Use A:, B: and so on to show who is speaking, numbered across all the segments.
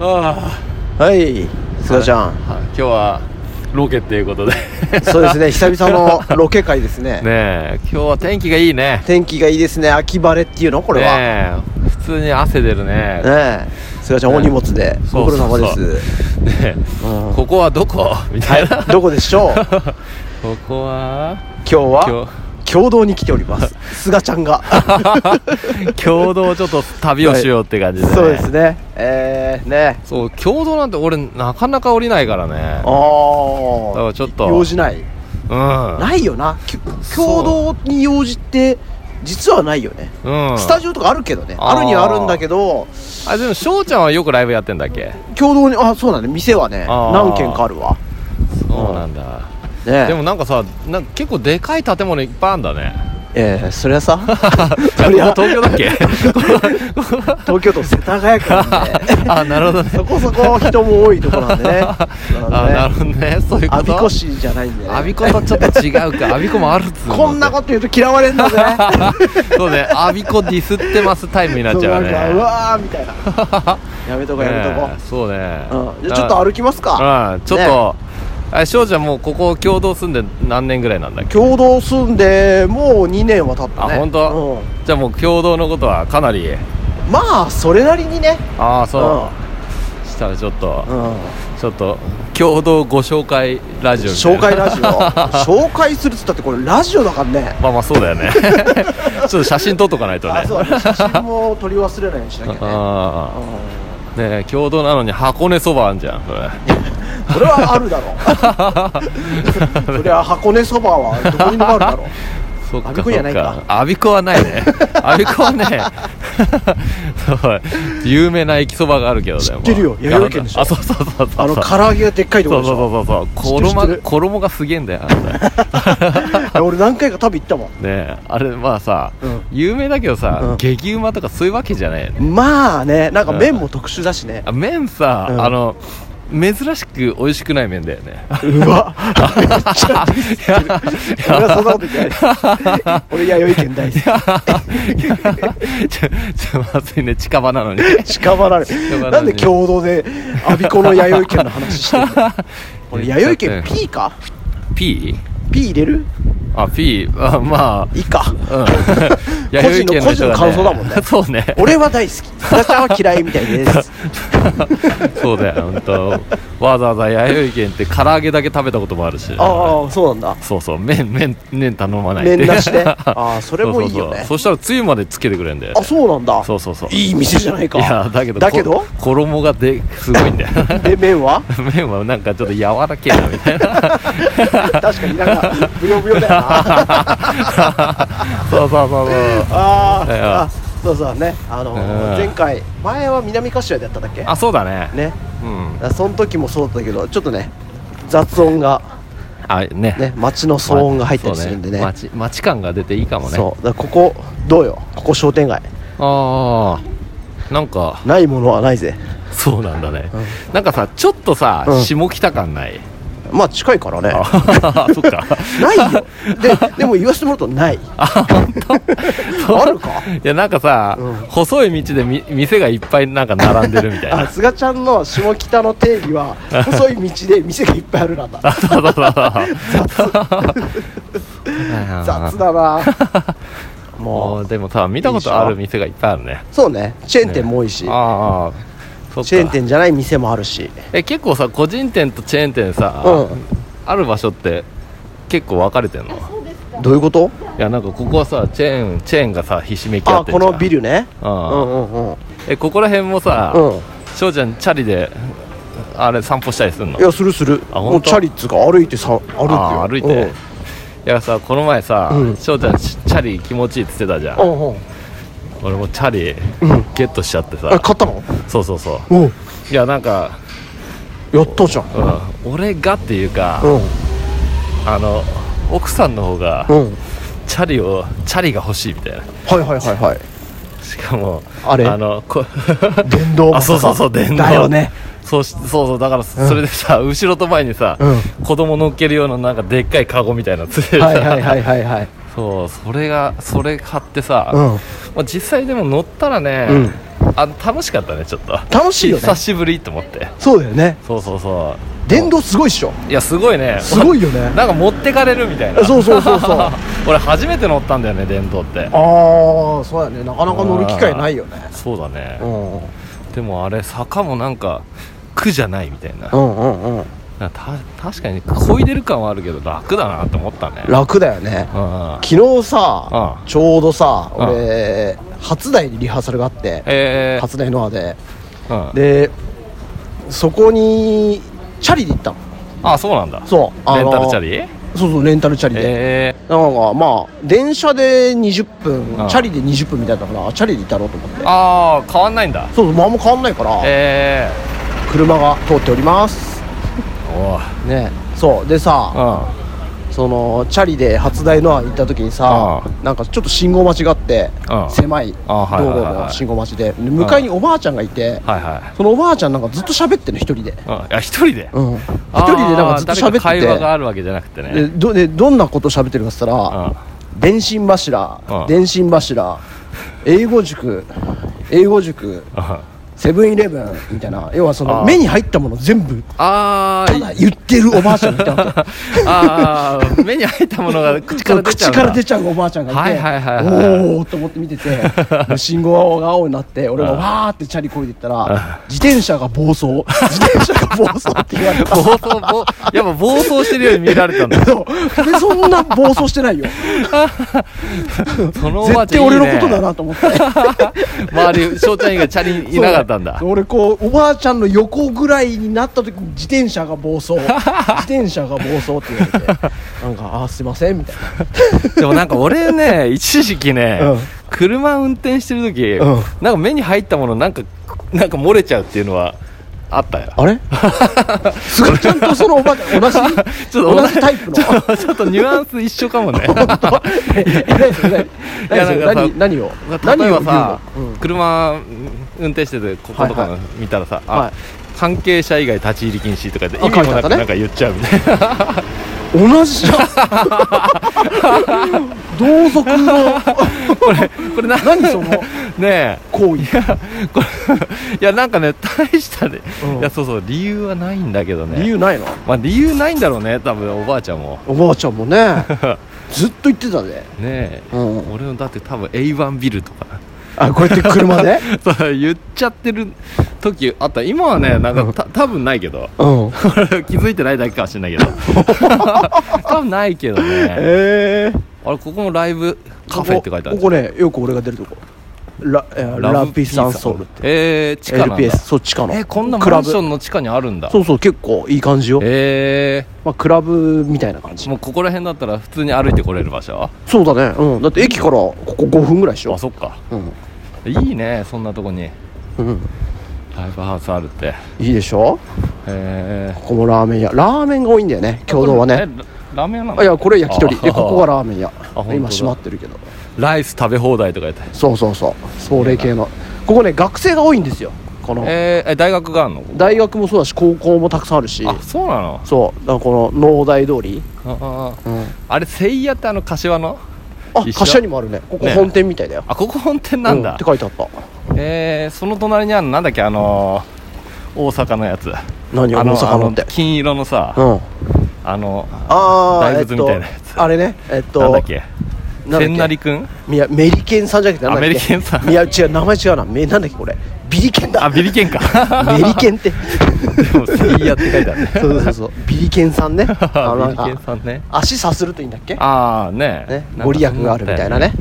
A: あ
B: はい菅ちゃん、
A: あはい今日はロケっていうことで
B: そ うですね久々のロケ会ですね
A: ねえ今日は天気がいいね
B: 天気がいいですね秋晴れっていうのこれはね
A: ねえ普通に汗出るね
B: え菅ちゃん、
A: ね
B: お荷物で
A: そ
B: ご
A: う
B: 苦
A: そう
B: 労
A: そう
B: 様です
A: ね
B: うん
A: えここはどこみたいな、
B: どこでし ょう今
A: ここは
B: 日は
A: 今
B: 共同に来ております菅ちゃんが
A: 日共同ちょっと旅をしようって感じで、 ね
B: そうですねえー、ね
A: そう共同なんて俺なかなか降りないからねだか
B: ああ
A: らちょっと
B: 用事ない
A: うん
B: ないよなき共同に用事って実はないよね
A: うん、
B: スタジオとかあるけどね
A: あー
B: あるにはあるんだけど
A: あでも翔ちゃんはよくライブやってんだっけ
B: 共同にあそうだね店はね
A: あー
B: 何軒かあるわ
A: そうなんだ、
B: ね
A: でもなんかさなんか結構でかい建物いっぱいあんだね
B: ええそりゃ さ
A: あ
B: そりゃ
A: ここ東京だっけ
B: 東京都世田谷区なんで
A: あなるほどね
B: そこそこ人も多いとこなんで ね
A: あなるほどねそういうこ
B: 阿
A: と
B: 鼻子市じゃないんで、ね、
A: アビコとちょっと違うかアビコもあるっつうの
B: こんなこと言うと嫌われんだぜ
A: そうねアビコディスってますタイムになっ
B: そう
A: ちゃ
B: な
A: うんね
B: かうわーみたいな やめとこうやめとこ
A: ねえそうね
B: う、うん、じゃあちょっと歩きますか
A: うんちょっとあ翔ちゃんもうここ共同住んで何年ぐらいなんだっけ
B: 共同住んでもう2年は経ったね
A: あ本当
B: う
A: じゃあもう共同のことはかなり
B: んまあそれなりにね
A: ああそうしたらちょっと
B: うん、うん
A: ちょっと共同ご紹介ラジオみたい
B: 紹
A: な
B: 介ラジ オ紹介するっつったってこれラジオだからね
A: まあまあそうだよね ちょっと写真撮っとかないとね
B: あそうだね写真も撮り忘れないようにし なきゃね
A: あ
B: うん
A: あねえ共同なのに箱根そばあんじゃんそれ
B: それはあるだろ うそりゃ箱根そばはどこにでもあるだろう
A: そっか
B: ア
A: そ
B: ビ
A: っ
B: コじゃないか
A: かアビコはない ねアビコはねそう有名な駅そばがあるけどね
B: 知ってるよ
A: もう
B: 弥生県でしょ
A: あそうそうそうそう
B: あの唐揚げがでっかいとこ
A: そ
B: ろ
A: う
B: で
A: そうそうそう
B: 知ってる知って
A: 衣
B: る
A: 衣がすげえんだよあれね
B: しょ俺何回か食べ行ったも
A: ねえあれまあさ、
B: うん
A: 有名だけどさ、
B: うん
A: 激うまとかそういうわけじゃないよね
B: んまあねなんか麺も特殊だしね
A: あ麺さ、
B: うん
A: あの珍しく美味しくない麺だよ ね
B: うわ俺はそんなこと言ってない俺弥生県大好き
A: ちょちょまずいね近場なのに
B: 近場なの
A: 近場なのに
B: なんで共同で我孫子の弥生県の話してる の俺弥生県 P か
A: P?
B: P 入れる
A: あ P あま
B: いいか
A: あ うん
B: 人の個人の感想だもんね
A: そうね
B: 俺は大好き須田ちゃんは嫌いみたいです
A: そうだよ本当わざわざ弥生県って唐揚げだけ食べたこともあるし
B: ああそうなんだ
A: そうそう麺麺麺頼まないって
B: 麺なし でああそれもいいよ
A: そうそう
B: ね
A: そうそしたらつゆまでつけてくれるんだよね
B: あそうなんだ
A: そうそうそう
B: いい店じゃないか
A: いやだけど
B: だけど
A: こ衣がですごいんだよ
B: で麺 は
A: 麺はなんかちょっと柔らけえなみたい な
B: 確かになんかブヨブヨだ よなあ
A: そうそうそうそういや
B: ああそうそうねあの
A: うん
B: 前回前は南柏でやっただっけ
A: あそうだね
B: ね
A: うん
B: だその時もそうだったけどちょっとね雑音が
A: あね
B: ね街の騒音が入ったりするんでね
A: そう街街感が出ていいかもね
B: そうだからここどうよここ商店街
A: ああなんか
B: ないものはないぜ
A: そうなんだね、なんかさちょっとさ、
B: うん
A: 下北感 ない
B: まあ近いからね
A: あ そっか
B: ないよででも言わせてもらうとない
A: あ本当
B: あるか
A: いやなんかさ、
B: うん
A: 細い道でみ店がいっぱいなんか並んでるみたい
B: あ
A: な
B: 菅ちゃんの下北の定 義は細い道で店がいっぱいあるなんだ
A: そうそうそうそう
B: 雑だな
A: も
B: もう
A: うでもさ見たことある店がいっぱいあるね
B: そうねチェーン店も多いし、
A: ああそっか
B: チェーン店じゃない店もあるし
A: え結構さ個人店とチェーン店さ、
B: うん
A: ある場所って結構分かれてんの
B: どういうこと
A: いやなんかここはさチェーンチェーンがさひしめき合
B: あ
A: ってん
B: こ
A: じゃん
B: のビルね
A: う
B: うんんうんうん
A: えここら辺もさ
B: うん
A: 翔、ちゃんチャリであれ散歩したりすんの
B: いやするする
A: あ
B: も
A: 本当
B: うチャリっつうか歩いてさ歩く
A: あ
B: よ
A: ー歩いて、
B: う
A: い
B: ん
A: やさこの前さ
B: うん
A: 翔、ちゃんチチャリ気持ちいいっつってたじゃん、
B: うんうん
A: 俺もチャリゲットしちゃってさ、
B: あ買ったの
A: そうそうそ
B: おう
A: ういやなんか、
B: やったじゃん
A: うん、俺がっていうか、
B: う
A: あの奥さんの方が
B: んうん
A: チャリをチャリが欲しいみたいな
B: はいはいはいはい
A: しかも
B: あれ
A: のこ
B: 電動
A: あそうそうそう電動
B: だ よね
A: そうしそうそうだからそそれでさ、後ろと前にさ、
B: う
A: 子供乗っけるようななんかでっかいカゴみたいなのついてるさ
B: はいはいはいはいはい
A: そうそれがそれ買ってさ、
B: うん
A: まあ、実際でも乗ったらね、
B: うん
A: あ楽しかったねちょっと
B: 楽しいよね
A: 久しぶりと思って
B: そうだよね
A: そうそうそ
B: 電動すごいっしょ
A: ういやすごいね
B: すごいよね
A: なんか持ってかれるみたいな
B: そうそうそうそう
A: 俺初めて乗ったんだよね電動って
B: ああそうだねなかなか乗る機会ないよね
A: そうだね
B: うんうん
A: でもあれ坂もなんか苦じゃないみたいな
B: うんうん
A: なんかた確かに漕いでる感はあるけど楽だなと思ったね
B: 楽だよね
A: うん
B: 昨日さ
A: ああ
B: ちょうどさ
A: ああ
B: 俺初台にリハーサルがあって
A: えー
B: 初台ノアで
A: うん、
B: でそこにチャリで行ったの
A: あそうなんだ
B: そうあ
A: レン
B: の
A: タルチャリ
B: そうそうレンタルチャリで、
A: え
B: なんかまあ電車で20分、
A: うん
B: チャリで20分みたいだからあチャリで行ったろうと思って
A: ー、ああ変わんないんだ
B: そうそう、まあ、あんま変わんないから、
A: え
B: 車が通っております
A: えおう
B: ねそうでさ、
A: うん
B: そのチャリで初台の行った時にさ、
A: う
B: なんかちょっと信号待ちがあって、
A: うん
B: 狭い道
A: あはいはい
B: 路
A: はいはい
B: の信号待ちでで向かいにおばあちゃんがいて、
A: はいは
B: そのおばあちゃんなんかずっと喋ってんの一人で、
A: いうんいや一人で
B: うん、一
A: あー
B: 人でなんかずっと喋っ
A: 誰
B: てて
A: か会話があるわけじゃなくてね
B: でどでどんなこと喋ってるかっつった
A: う
B: ら、
A: ん
B: 電信柱、
A: うん
B: 電信柱英語塾英語塾
A: あ
B: セブンイレブンみたいな要はそ
A: あ
B: の
A: ー
B: 目に入ったもの全部
A: あ
B: ただ言ってるおばあちゃんみたいな
A: あー目に入ったものが口から出ちゃうんだ
B: 口から出ちゃうおばあちゃんがいて、
A: はいはいはいはい
B: おおと思って見ててで信号が青になって俺がわーってチャリこいでいったら自転車が暴走自転車が暴走って言われた
A: 暴走暴やっぱ暴走してるように見られたんだ
B: そうでそんな暴走してないよ
A: そのおばあ
B: 絶
A: ち
B: 対
A: ゃんいい、ね、
B: 俺のことだなと思って
A: 周り翔ちゃん以外チャ リいなかったんだ
B: そう俺こうおばあちゃんの横ぐらいになった時に自転車が暴走自転車が暴走って言われてなんか「あーすいません」みたいな
A: でもなんか俺ね一時期ね、
B: うん
A: 車運転してる時、
B: うん
A: なんか目に入ったものなんかなんか漏れちゃうっていうのはあったよ
B: あれすごいちゃんとそのおばあちゃん同じ
A: ちょっと
B: 同じタイプの
A: ちょ っとちょっとニュアンス一緒かも ね
B: え何それ
A: いやなん
B: 何
A: かさ
B: 何何を
A: 例
B: 何
A: えば
B: を言う
A: さ
B: の、うん
A: 車運転しててこことか
B: はい
A: の
B: は
A: 見たらさ、あ
B: はい
A: 関係者以外立ち入り禁止とかで意
B: あ
A: 味も
B: 書いてあ
A: な
B: った
A: く
B: ね
A: なんか言っちゃうみたいな
B: 同じじゃん同族の
A: これこれな
B: 何その
A: ね
B: 行為
A: えこれいやなんかね大したね、
B: うん
A: いやそうそう理由はないんだけどね
B: 理由ないの
A: まあ理由ないんだろうね多分おばあちゃんも
B: おばあちゃんもねずっと言ってたで
A: ねえ、
B: うん
A: 俺のだって多分 A1 ビルとか
B: あこうやって車で
A: そう言っちゃってる時あった今はねなんかた多分ないけど
B: うん
A: 俺 気づいてないだけかもしれないけど 多分ないけどね
B: ええ
A: あれここもライブカフェって書いてある
B: こここねよく俺が出るとこラえーラピーサンソウルって
A: えー、地下なんだ
B: LPS そう地下の
A: えー、こんな
B: ク
A: マ
B: ラ
A: ン
B: ブ
A: ションの地下にあるんだ
B: そうそう結構いい感じよ、
A: え
B: まあ、クラブみたいな感じ
A: ー、もうここら辺だったら普通に歩いてこれる場所
B: そうだねうんだって駅からここ5分ぐらいでしょ
A: あそっか
B: うん、
A: いいねそんなとこに
B: うん、
A: ライブハウスあるって
B: いいでしょ
A: え
B: ここもラーメン屋ラーメンが多いんだよね
A: ー、
B: 共同はね
A: えラーメン屋なの
B: あいやこれ焼き鳥で
A: あ
B: ここがラーメン屋
A: 本当だ
B: 今閉まってるけど
A: ライス食べ放題とか言って
B: そうそうそうそれ系のここね学生が多いんですよこの
A: えー、え大学があるの
B: 大学もそうだし高校もたくさんあるし
A: あそうなの
B: そうだからこの農大通り、
A: あー
B: うん、
A: あれせいやってあの柏の
B: あ
A: 一緒
B: 柏にもあるねここ
A: ね
B: 本店みたいだよ、
A: あここ本店なん
B: う
A: だ
B: って、書いてあった
A: えー、その隣にあるのなんだっけあのー、大阪のやつ
B: 何
A: あ
B: 大阪の
A: あ
B: って
A: 金色のさ、
B: うん
A: あの
B: ああ
A: 大仏みたいなやつ
B: えっと、あれねえっと
A: なんだっけ
B: なんだっけ
A: 千成く ん
B: いやメリケンさんじゃなくてなんだっけ
A: あメリケンさん
B: いや違う名前違うなめなんだっけこれビリケンだ
A: あビリケンか
B: メリケンって
A: でもせいやって書いてあ るね
B: そうそうそうビリケンさ んねあのなん
A: ビリ
B: か
A: ケンさんね
B: 足さするといいんだっけ
A: ああね
B: ねご利益があるみたいなね
A: んか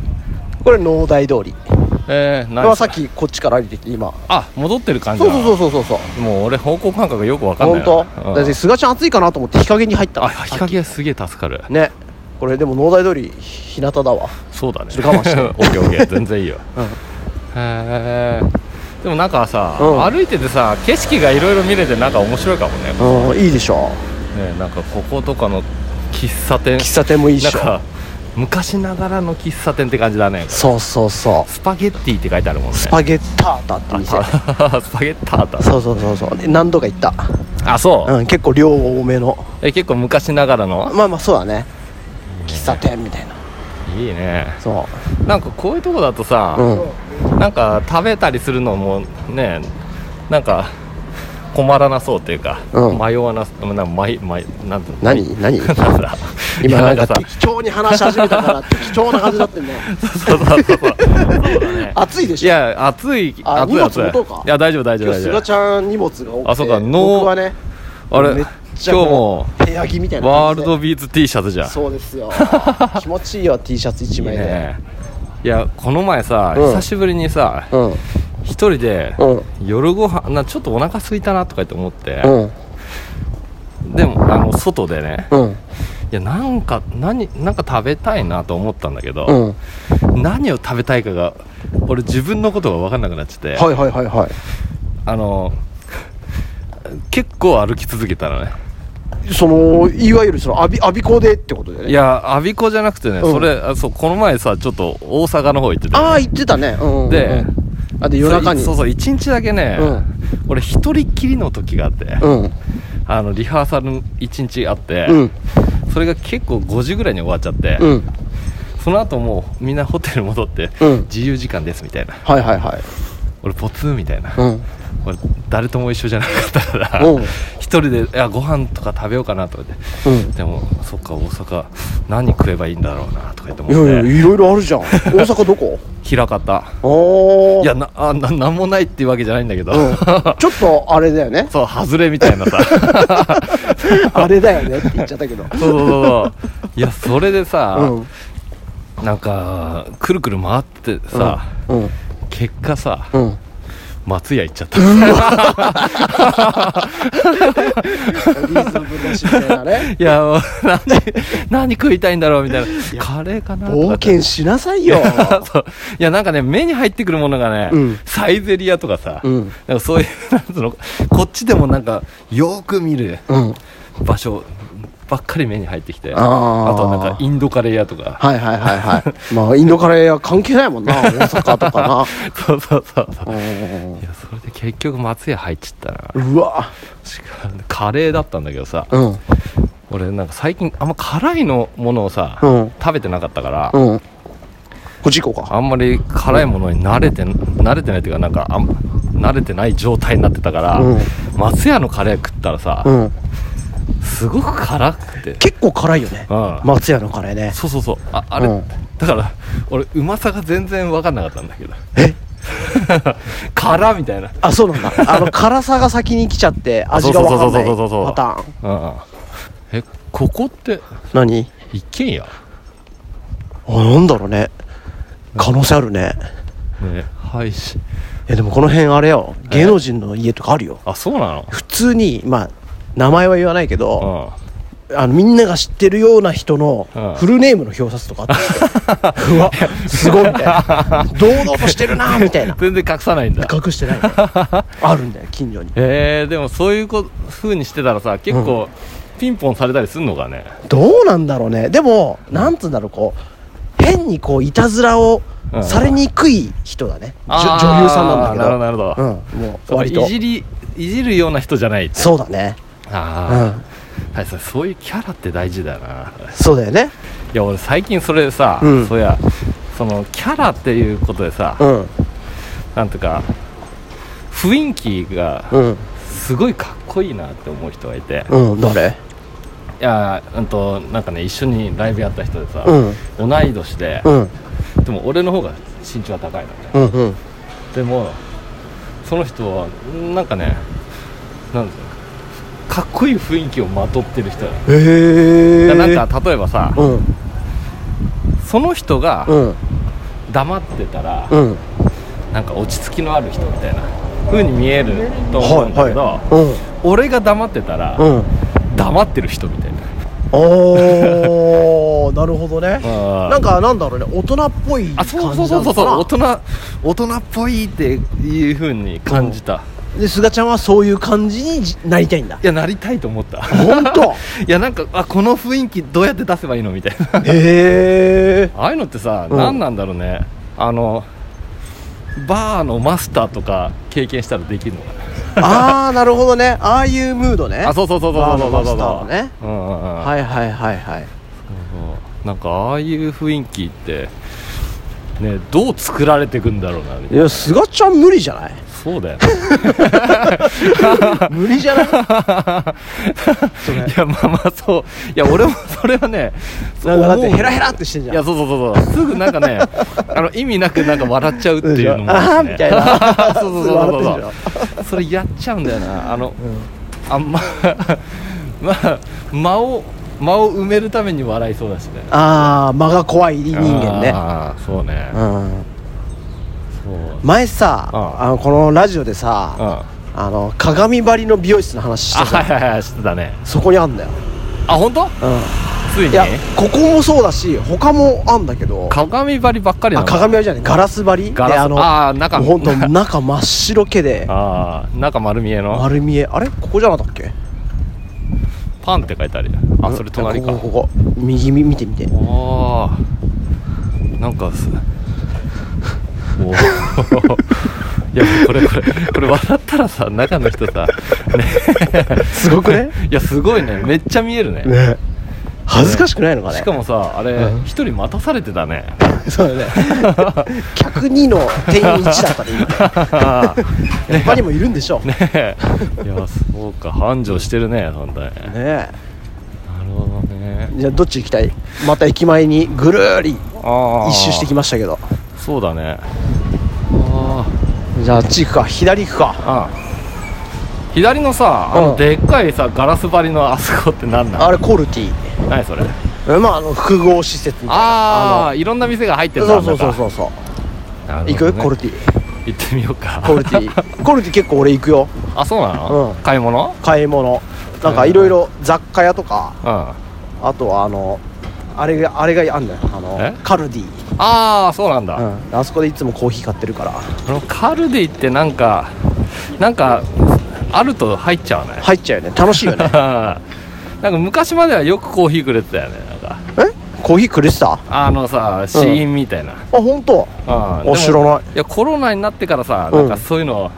B: これ農大通り
A: そんなのあったよねえー、
B: こ
A: 何
B: れはさっきこっちから歩いてきて今
A: あ戻ってる感じ
B: そう
A: な
B: そうそうそうそう
A: うもう俺方向感覚がよくわかんな
B: 本
A: い
B: 当
A: うん
B: だって菅ちゃん暑いかなと思って日陰に入ったの
A: あ日陰はすげえ助かる
B: ねこれでも農大通り日向だわ
A: そうだね
B: ちょっと我慢し て
A: オッケーオッケー全然いいよ、
B: うん
A: へえでもなんかさ、
B: うん
A: 歩いててさ景色がいろいろ見れてなんか面白いかもね
B: うんいいでしょ
A: ねなんかこことかの喫茶店
B: 喫茶店もいいで
A: なん
B: しょ
A: か昔ながらの喫茶店って感じだね
B: そうそうそう
A: スパゲッティって書いてあるもんね
B: スパゲッタータって店
A: あ スパゲッターだ
B: そうそうそうそうで何度か行った、
A: あそう、
B: うん、結構量多めの
A: え結構昔ながらの
B: まあまあそうだね喫茶店みたいない
A: いいね
C: そ
A: なんかこういうとこだとさ、
C: う、うん、
A: なんか食べたりするのもねなんか困らなそうっていうか、
C: うん
A: 迷わなな迷迷なんていうの
C: 何 何
A: なんだ
C: 今
A: いや
C: なんか
A: さ
B: 貴重に話し始めたから貴重な感じ だってね
A: そうそうそうそうそう だね
B: 暑いでし
A: い
B: ょ
A: や暑い暑い
B: あ荷物
A: 暑い
B: 持とうか
A: いや大丈夫大丈夫
B: 今
A: 大
B: 日す
A: 丈
B: が
A: 夫
B: ちゃん荷物が多くて
A: あそうかノー
B: 僕はね
A: あれ
B: めっ
A: 今
B: ち
A: 日
B: ゃこう
A: も
B: 部屋着みたいな
A: ワー
B: 感
A: ル
B: じで
A: ドビーツ T シャツじゃん
B: そうで すよ気持ちいいよ T シャツ一枚
A: いい
B: で、
A: ねいやこの前さ、
C: うん
A: 久しぶりにさ
C: うん
A: 一人で、
C: うん
A: 夜ご飯なちょっとお腹空いたなとか言って思って、
C: うん
A: でもあの外でね
C: うん
A: いやなんか何なんか食べたいなと思ったんだけど、
C: うん
A: 何を食べたいかが俺自分のことが分かんなくなっちゃって、
C: はいはいはいはい
A: あの結構歩き続けたのね
B: そのいわゆるそのアビアビコでってことだよ
A: い
B: ね
A: や我孫子じゃなくてね、
C: うん
A: それあそうこの前さちょっと大阪の方行ってて、
B: ああ言ってたね、うん
A: で、
B: あで夜中に
A: そうそう一日だけね、
C: うん
A: 俺一人っきりの時があって、
C: うん
A: あのリハーサル一日あって、
C: うん
A: それが結構5時ぐらいに終わっちゃって、
C: うん
A: その後もうみんなホテル戻って、
C: うん
A: 自由時間ですみたいな
C: はいはいはい
A: 俺ポツンみたいな、
C: うん
A: 俺誰とも一緒じゃなかったから、
C: うん
A: 一人でいやご飯とか食べようかなとか言って、
C: うん
A: でもそっか大阪何食えばいいんだろうなとか言って思
C: いやいや
A: って
C: いろいろあるじゃ ん大阪どこ
A: 開かった
C: ああ
A: いやなあななんもないっていうわけじゃないんだけど、
C: うんちょっとあれだよね
A: そう外れみたいなさ
B: あれだよねって言っちゃったけど
A: そうそうそうそういやそれでさ、
C: うん
A: なんかくるくる回ってさ、
C: うん
A: 結果さ
C: うん
A: 松屋行っちゃった
B: リズムのしみたいな ね
A: いやもう何何食いたいんだろうみたいなカレーかなと
B: 冒
A: か
B: 険しなさいよ
A: そういやなんかね目に入ってくるものがね、
C: うん
A: サイゼリアとかさ、
C: うん
A: なんかそういう なんつうのこっちでもなんかよく見る
C: うん
A: 場所ばっかり目に入ってきて
C: あー
A: あとはなんかインドカレー屋とか
C: はいはいはいはい まあインドカレーは関係ないもんな大阪とか
A: そうそうそうそう
C: なうん
A: いやそれで結局松屋入っちゃったな
C: うわ
A: しかもカレーだったんだけどさ
C: うん
A: 俺なんか最近あんま辛いのものをさ、
C: うん
A: 食べてなかったから、
C: うんこっち行こうか
A: あんまり辛いものに慣れて慣れてないっていうかなんかあん慣れてない状態になってたから、
C: うん
A: 松屋のカレー食ったらさ、
C: うん
A: すごく辛くて、
B: 結構辛いよね
A: うん
C: 松屋のカレーね
A: そうそうそうああれ、
C: うん
A: だから俺うまさが全然分かんなかったんだけど
C: え
A: 辛みたいな
B: あそ うなんだあの辛さが先に来ちゃって味が分かんない
A: そうそうそうそうそうそう
B: パターン
A: うんえここって
C: 何
A: 一軒家
C: あなんだろうね可能性あるね
A: ねはいし
C: えでもこの辺あれよ芸能人の家とかあるよ
A: あそうな
C: 普通にまあ名前は言わないけど、
A: の
C: あのみんなが知ってるような人の
A: うん
C: フルネームの表札とかあって、 うわ すごいみたいな堂々としてるなみたい
A: うん
C: な
A: 全然隠さないんだ
C: 隠してないね、あるんだよ近所に
A: えー、でもそういうこ風にしてたらさ結構ピンポンされたりすんのかね、
C: どうなんだろうねでもなんつうんだろうこう変にこういたずらを
A: うん
C: されにくい人だね、じょ
A: あー
C: 女優さんなんだけど
A: なるほどなるほど、
C: うん、もう
A: そうか
C: 割と
A: いじりいじるような人じゃないって
C: そうだねう
A: あ
C: ん
A: あ、はい、それそういうキャラって大事だよな
C: そうだよね
A: いや俺最近それでさ、
C: うん
A: そういやそのキャラっていうことでさ、
C: うん
A: なんとか雰囲気が
C: うん
A: すごいかっこいいなって思う人がいて、い
C: うん誰
A: やうんとなんかね一緒にライブやった人でさ、
C: うん
A: 同い年で
C: う、ん
A: でも俺の方が身長が高いのね
C: うんうん
A: でもその人はなんかねなんですかかっこいい雰囲気をまとってる人だよ
C: へえ
A: だからなんか例えばさ
C: うん
A: その人が
C: うん
A: 黙ってたら、
C: うん
A: なんか落ち着きのある人みたいな風に見えると思うんだけど、
C: うん
A: 俺が黙ってたら、
C: うん
A: 黙ってる人みたいな
B: おーなるほどね
A: あー
B: なんかなんだろうね大人っぽい
A: あ
B: 感じな
A: そう
B: の
A: そうそうそう
B: かな
A: 大人大人っぽいっていう風に感じた、
B: で菅ちゃんはそういう感じにじなりたいんだ
A: いやなりたいと思った
B: 本当
A: いやなんかあこの雰囲気どうやって出せばいいのみたいな
B: へえ
A: ああいうのってさ、
C: うん
A: 何なんだろうねあのバーのマスターとか経験したらできるのかな
B: ああなるほどねああいうムードね
A: あそうそうそうそうそうそうそう
B: バーのマスターのね
A: うんうんうん
B: はいはいはいはい
A: そうなんかああいう雰囲気ってねどう作られていくんだろうなみた
B: い
A: いな
B: や菅ちゃん無理じゃない
A: そうだよね
B: 無理じ ゃないそれ
A: いやまあまあそういや俺もそれはねそう
B: なんかだって
A: 思う
B: ヘラヘラってしてんじゃん
A: いやそうそうそうそうすぐなんかねあの意味なくなんか笑っちゃうっていうのも
B: あ
A: あ
B: あ
A: る
B: み
A: しね
B: たいな
A: そうそうそうそう
B: すぐ笑ってん
A: そうそれやっちゃうんだよなあの、あんま まあ間を間を埋めるために笑いそうだしね
B: ああ間が怖い人間ね
A: ああそうね
B: うん
A: そう
B: 前さ
A: うん
B: あのこのラジオでさ
A: あ
B: あの鏡張りの美容室の話して
A: はい
B: た
A: はいはい知ってたね
B: そこにあんだよ
A: あ本当
B: うん
A: ついに
B: いやここもそうだし他もあんだけど
A: 鏡張りばっかりな
B: あ
A: の
B: 鏡張りじゃないガラス張り
A: ガラス
B: であの
A: あー中
B: もうほんと中真っ白けで
A: ああ中丸見えの
B: 丸見えあれここじゃなかったっけ
A: パンって書いてあるよあそれ隣か
B: ここここ右見見て見て
A: おーなんかすおお いやこれこれこれ笑ったらさ中の人さ、 ね、
B: すごくね
A: いやすごいねめっちゃ見えるね
B: ね恥ずかしくないのかね
A: しかもさあれ一、人待たされてた ね
B: そう だね客2の店員1だったね今やっぱりもいるんでしょうね
A: ね えいやそうか繁盛してるねそんだね
B: え
A: なるほどね
B: じゃあどっち行きたいまた駅前にぐるーり
A: ああ
B: 一周してきましたけど
A: そうだねあ
B: じゃああっち行くか左行くか
A: あああ左のさあ
B: う
A: の
B: ん
A: でっかいさガラス張りのあそこって何なの
B: あれコルティ
A: 何それ
B: えまああの複合施設みたいな
A: ああ
B: あ
A: いろんな店が入って
B: の
A: る
B: そうそうそうそうそう行くコル
A: テ
B: ティ
A: 行ってみようか
B: コルティコルティ結構俺行くよ
A: あそうなの、
B: うん
A: 買い物
B: 買い物なんかいろいろ雑貨屋とか
A: うんあ
B: あとはあのあれがあれがあんだよあの
A: え
B: カルディ、
A: あーそうなんだ、
B: うん、あそこでいつもコーヒー買ってるから
A: あのカルディってなんかなんかあると入っちゃわない
B: 入っちゃうよね楽しい よね
A: なんか昔まではよくコーヒーくれてたよねなんか
B: えコーヒーくれてたあ
A: あのさ死因みたいな、
B: 本当
A: あ
B: あ知らない
A: いやコロナになってからさ
B: う
A: なんんかそういうの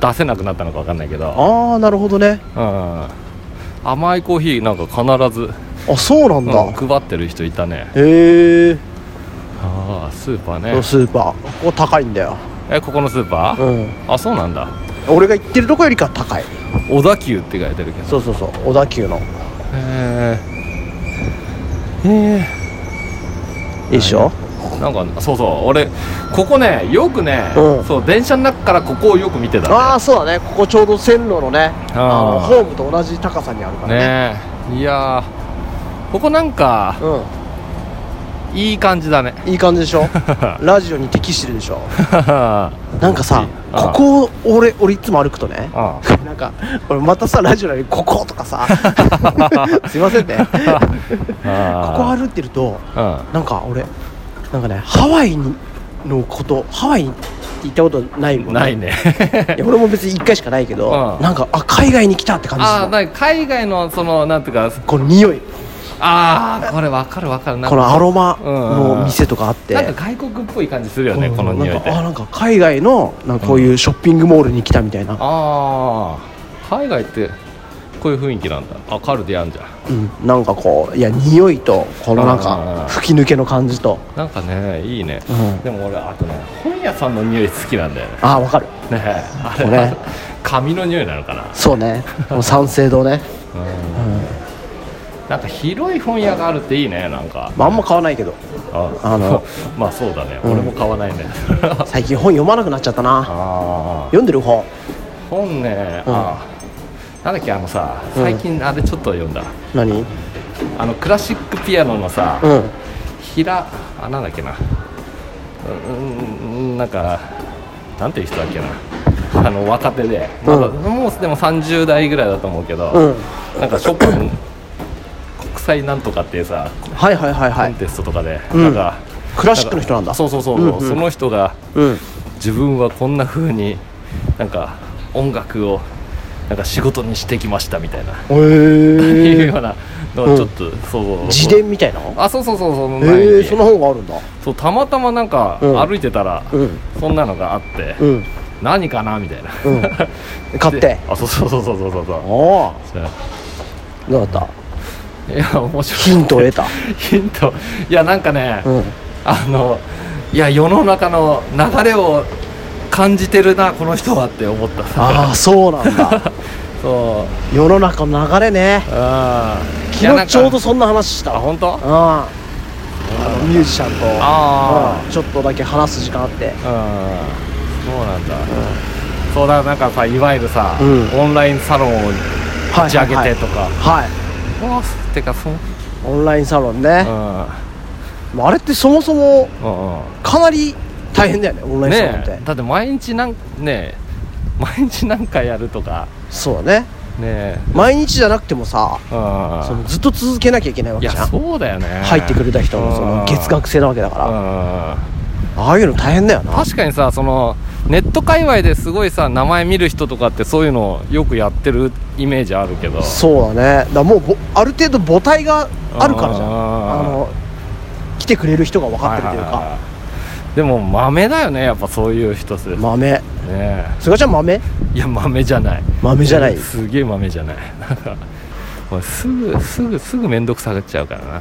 A: 出せなくなったのか分かんないけど、
B: ああなるほどね
A: うん、甘いコーヒーなんか必ず、
B: あそうなんだ、
A: うん配ってる人いたね
B: へえ
A: ああスーパーね
B: のスーパーここ高いんだよ
A: えここのスーパー、
B: うん
A: あそうなんだ
B: 俺が行ってるとこよりか高い
A: 小田急って書いてるけど
B: そうそうそう小田急の
A: へ
B: いいでしょ
A: えなんかそうそう俺ここねよくね、
B: うん
A: そう電車の中からここをよく見てたね
B: ああそうだねここちょうど線路のねあの
A: あー
B: ホームと同じ高さにあるからね
A: ねえいやーここなんかいい感じ だね
B: うんいい感じで しょラジオに適してるでしょなんかさ
A: あ
B: ここを俺俺いつも歩くとね
A: あ
B: なんか俺またさラジオなのにここと かさすいませんねここ
A: あ
B: 歩いてると
A: こあ
B: なんか俺なんかねハワイにのことハワイって行ったことない
A: るう
B: も
A: んんない ね
B: いや俺も別に1回しかないけど
A: うん
B: なんかあ海外に来たって感じ
A: ああ
B: する
A: なんか海外のそのなんていうか
B: この匂い
A: ああこれわかるわかるなん
B: こ
A: か
B: のアロマの店とかあって
A: なんか外国っぽい感じするよねこの匂い
B: なん
A: って
B: かあ
A: あ
B: なんか海外のなんかこういうショッピングモールに来たみたいな、
A: あー海外ってこういう雰囲気なんだあカルディあんじゃん
B: うん、なんかこういや匂いとこのなん
A: あ
B: か
A: ー
B: 吹き抜けの感じと、
A: なんかねいいね、
B: うん
A: でも俺あとね本屋さんの匂い好きなんだよね
B: ああわかる
A: ねえ あれ
B: これ
A: 紙の匂いなのかな
B: そうねこの三省堂ね、
A: なんか広い本屋があるっていいねなんか
B: まあ、あんま買わないけど
A: あ
B: あの
A: まあそうだね、俺も買わ ないね
B: 最近本読まなくなっちゃったな
A: ああ
B: 読んでる本
A: 本ね、あーなんだっけあのさ最近あれちょっと読んだ、
B: 何
A: あのクラシックピアノのさ、
B: うん
A: ひらあなんだっけなううんうんなんかなんていう人だっけなあの若手で、まだ
B: うん
A: もうでも30代ぐらいだと思うけど、
B: うん
A: なんかショパン国際なんとかっていうさ
B: はいはいはい
A: コ
B: は
A: ン
B: い
A: テストとかで、
B: うん
A: なんか
B: クラシックの人なんだ
A: そうそうそう、
B: うんうん
A: その人が
B: うん
A: 自分はこんな風になんか音楽をなんか仕事にしてきましたみたいな、
B: へ
A: いう
B: え
A: ようなのをちょっと、そう
B: 自伝みたいなの
A: あそうそうそうそう前に
B: へえその本があるんだ
A: そうたまたまなんか
B: うん
A: 歩いてたら、
B: うん
A: そんなのがあって、
B: うん
A: 何かなみたいな、
B: うん買って
A: であそうそうそうそうそうそう
B: あ
A: そう
B: あどうだっ
A: いや面白い
B: ヒントを得た、
A: ヒントいやなんかね、
B: うん、
A: あのいや世の中の流れを感じてるなこの人はって思ったさ
B: ああそうなんだ
A: そう
B: 世の中の流れね
A: あーいやな
B: 昨日
A: んか
B: ちょうどそんな話した
A: あ
B: わ
A: 本当
B: うんあのミュージシャンと
A: あ
B: うんちょっとだけ話す時間あって
A: うんそうなんだ、そうだなんかさいわゆるさ、
B: うん
A: オンラインサロンを立ち上げ
B: はいはい
A: てとか、
B: はい
A: あーてかそううん
B: オンラインサロンね、まああれってそもそも
A: うん
B: かなり大変だよねオン
A: う
B: ラ
A: ん
B: インサロン
A: ね
B: って、
A: えだって毎日なんねえ毎日なんかやるとか
B: そうだね
A: ねえ
B: 毎日じゃなくてもさ
A: うん
B: そのずっと続けなきゃいけないわ
A: い
B: け
A: や
B: じゃん
A: そうだよね
B: 入ってくれた人のそ
A: うん
B: の月額制なわけだから、
A: うん
B: ああいうの大変だよな
A: 確かにさそのネット界隈ですごいさ名前見る人とかってそういうのよくやってるイメージあるけど
B: そうだねだからもうぼある程度母体があるからじゃん
A: あー
B: あの来てくれる人が分かってるという
A: はは
B: か
A: はでも豆だよねやっぱそういう人するね
B: 豆
A: え
B: 菅ちゃん豆
A: いや豆じゃない
B: 豆じゃない
A: すげえ豆じゃない なんかもうすぐすぐすぐ面倒くさがっちゃうからな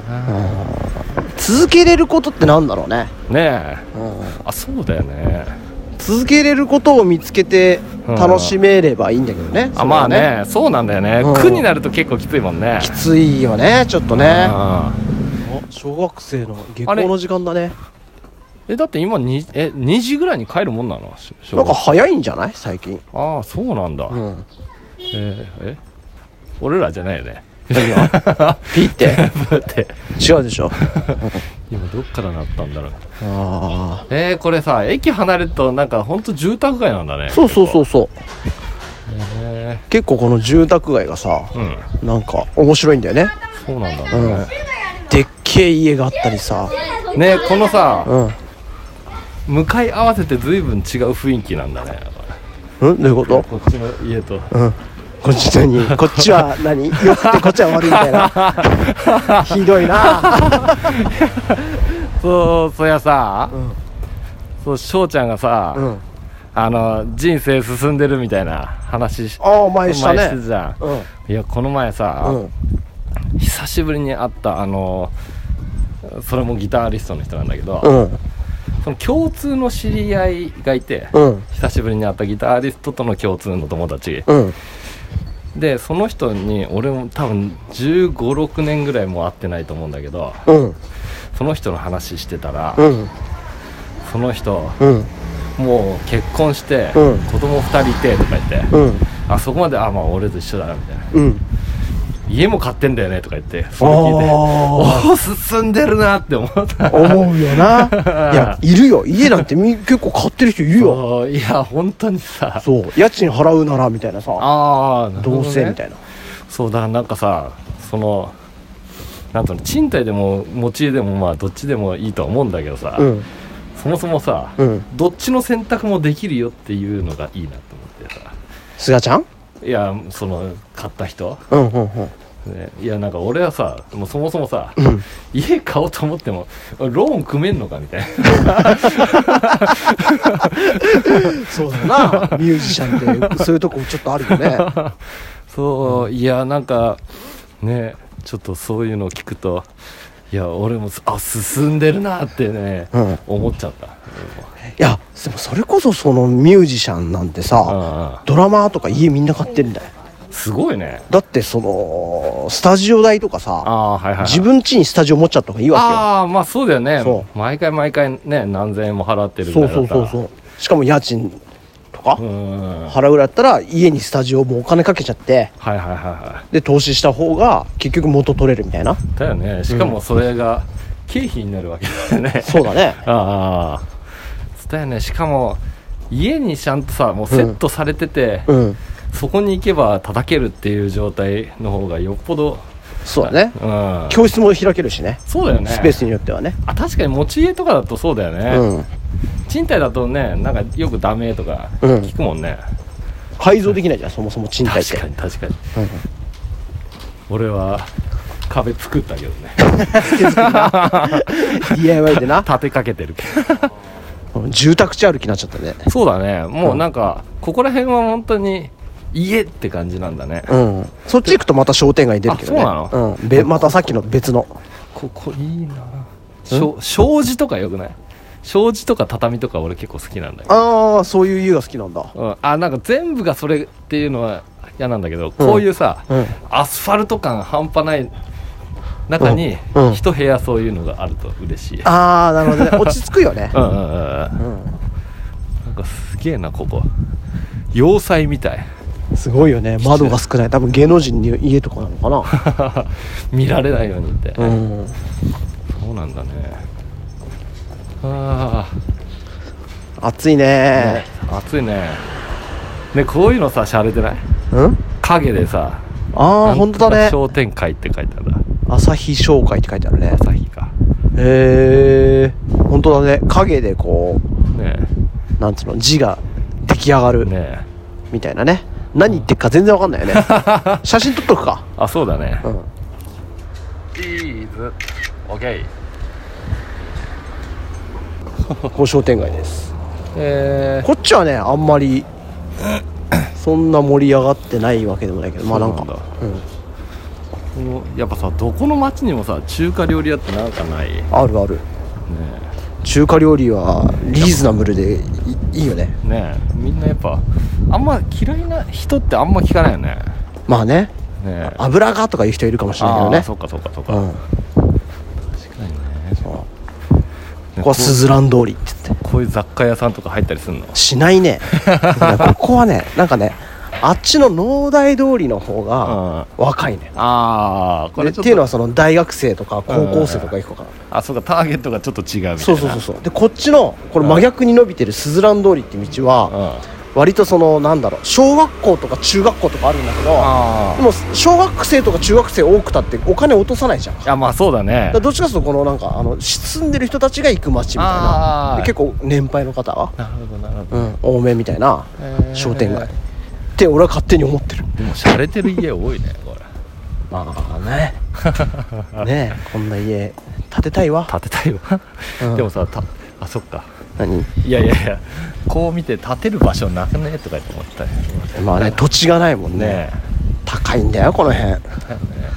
B: 続けれることってなんだろうね、
A: ねえあそうだよね
B: 続けれることを見つけて楽しめればいいんだけどね、それは
A: あまあねそうなんだよね
B: うん
A: 苦になると結構きついもんね
B: きついよねちょっとね
A: うん
B: 小学生の下
A: あれ
B: 校の時間だね
A: えだって今にえ2時ぐらいに帰るもんなのし小
B: なん
A: 学
B: か早いんじゃない最近
A: ああそうなんだ、
B: うん
A: えーえ俺らじゃないよね
B: ピー って
A: だって
B: 違う でしょ
A: 今どっからなったんだろう
B: あ
A: えー、これさ駅離れるとなんかほんと住宅街なんだね
B: あそうそうそうそう
A: へ
B: 結構この住宅街がさ
A: えうん
B: なんか面白いんだよね
A: そうなんだね、
B: でっけえ家があったりさ
A: ねこのさ
B: うん
A: 向かい合わせて随分違う雰囲気なんだね
B: うんどういうこと
A: こっちの家と
B: うんこっち何こっちは何よくてこっちは悪いみたいなひどいな
A: そうそやさ、
B: ん
A: そう翔ちゃんがさ、
B: うん
A: あの人生進んでるみたいな話し
B: ああお前した
A: 前して
B: ね
A: たじゃん
B: うん
A: いやこの前さ、
B: うん
A: 久しぶりに会ったあのそれもギタリストの人なんだけど、
B: うん
A: その共通の知り合いがいて、
B: うん
A: 久しぶりに会ったギタリストとの共通の友達、
B: うん
A: でその人に俺も多分1 5 6年ぐらいもう会ってないと思うんだけど
B: うん
A: その人の話してたら、
B: うん
A: その人
B: うん
A: もう結婚して、
B: うん
A: 子供2人いてとか言って、
B: うん
A: あそこまであまあ俺と一緒だなみたいな
B: うん
A: 家も買ってんだよねとか言ってそれ聞いて
B: あ
A: おお進んでるなって思った
B: 思うよないやいるよ家なんてみ結構買ってる人いるよ
A: そういや本当にさ
B: そう家賃払うならみたいなさ
A: ああ
B: どうせみた
A: い
B: いな
A: なそうだなんかさそのなんとの賃貸でも持ち家でもまあどっちでもいいとは思うんだけどさ、
B: うん
A: そもそもさ、
B: うん
A: どっちの選択もできるよっていうのがいいなと思ってさ
B: すがちゃん
A: いやその買った人、
B: うんうんうん
A: ね、いやなんか俺はさもうそもそもさ、家買おうと思ってもローン組めんのかみたいな
B: そうだよなミュージシャンってそういうとこちょっとあるよね
A: そう、いやなんかねちょっとそういうのを聞くといや俺もあ進んでるなってね、
B: うん
A: 思っちゃった
B: いやでもそれこそそのミュージシャンなんて
A: うん
B: さ
A: うん
B: ドラマーとか家みんな買ってんだよ
A: すごいね
B: だってそのスタジオ代とか
A: あ
B: さ
A: あはいはいはい
B: 自分家にスタジオ持っちゃった方がいいわ
A: ああまあそうだよね
B: そ
A: 毎回毎回ね何千円も払って
B: け
A: る
B: よ
A: ぐ
B: そ
A: ら
B: う
A: いだ
B: そう
A: った
B: そうそうしかも家賃とか
A: うんはい
B: 払うぐらいだったら家にスタジオもお金かけちゃって
A: はいはいは
B: で投資した方が結局元取れるみたいない
A: だよねしかもそれが経費になるわけだよね
B: そうだね
A: ああそうだよねしかも家にちゃんとさもうセットされてて、
B: うん
A: そこに行けば叩けるっていう状態の方がよっぽど
B: そうだね
A: うん
B: 教室も開けるしね
A: そうだよね
B: スペースによってはね
A: あ確かに持ち家とかだとそうだよね、
B: うん
A: 賃貸だとねなんかよくダメとか
B: うん
A: 聞くもんね、
B: 改造できないじゃんそもそも賃貸って
A: 確かに確かに、
B: うん
A: 俺は壁作ったけどね
B: DIY でな
A: 立てかけてるけ
B: 住宅地歩きになっちゃったね
A: どそうだねもうなんかここら辺は本当に家って感じなんだね
B: うんそっち行くとまた商店街に出るけどね
A: あそうな
B: うん、べまたさっきの別の
A: ここいいなしょ障子とかよくない障子とか畳とか俺結構好きなんだよ
B: ああそういう湯が好きなんだ
A: うん、あなんか全部がそれっていうのは嫌なんだけど、こういうさ、
B: うん
A: アスファルト感半端ない中に
B: うんうん
A: 一部屋そういうのがあると嬉しい、うん
B: ああなるほどね落ち着くよ ね
A: うんうんうん、なん
B: うん
A: かすげえなここ要塞みたい
B: すごいよね窓が少ない多分芸能人の家とかなのか
A: 見られないようにって、
B: なうん
A: そうなんだねあ
B: 暑い
A: あ、
B: ね
A: 暑いねねこういうのさしゃれてない
B: うん
A: 影でさ
B: あ
A: な
B: あ
A: ん
B: 本当だ
A: とか
B: ね
A: 商店会って書いてあるな
B: 朝日商会って書いてあるね
A: 朝日か
B: へえ本当だね影でこ
A: ね
B: うなんつうの字が出来上が
A: え
B: る
A: ねえ
B: みたいなね何言ってるか全然わかん ないよね写真撮っとくか
A: あそうだね
B: うん
A: チーズオッケー
B: ここ商店街です
A: え
B: こっちはねあんまりそんな盛り上がってないわけでもないけどまあなんか
A: そうなんだ
B: うん
A: ーもうやっぱさどこの町にもさ中華料理屋ってなんかないね
B: あるある中華料理はリーズナブルでいいいよね
A: えねえみんなやっぱあんま嫌いな人ってあんま聞かないよね
B: まあね
A: ねえ
B: 油がとかいう人いるかもしれないけど
A: あ
B: ね
A: ーそっかそっかそっか、
B: うん
A: 確かにね
B: ここはすずらん通りって言って
A: こういう雑貨屋さんとか入ったりするの
B: しない ねなんかここはねなんかねあっちの農大通りの方が若いね、
A: ああこ
B: で
A: れ
B: っ
A: ちょって
B: いうの
A: と
B: はその大学生とか高校生とか行くから、
A: あそうかターゲットがちょっと違うみたいな
B: そうそうそうそうでこっちのこれ真逆に伸びてるすずらん通りって道
A: うん
B: は
A: あ
B: 割とそのなんだろう小学校とか中学校とかあるんだけど
A: あ
B: でも小学生とか中学生多くたってお金落とさないじゃん
A: いやまあそうだね
B: だからどっちかというとこのなんかあの住んでる人たちが行く街みたい
A: あ
B: な
A: ー
B: で結構年配の方が、
A: なるほどなるほど、
B: うん、多めみたいな
A: えー
B: 商店街って俺は勝手に思ってる
A: でも洒落てる家多いねこれ
B: まあね ねえこんな家建てたいわ
A: 建てたいわ、
B: うん
A: でもさたあそっか
B: 何
A: いやいやいやこう見て建てる場所なくねとか言って思ったね
B: まあね土地がないもんね
A: ね
B: 高いんだよこの辺
A: え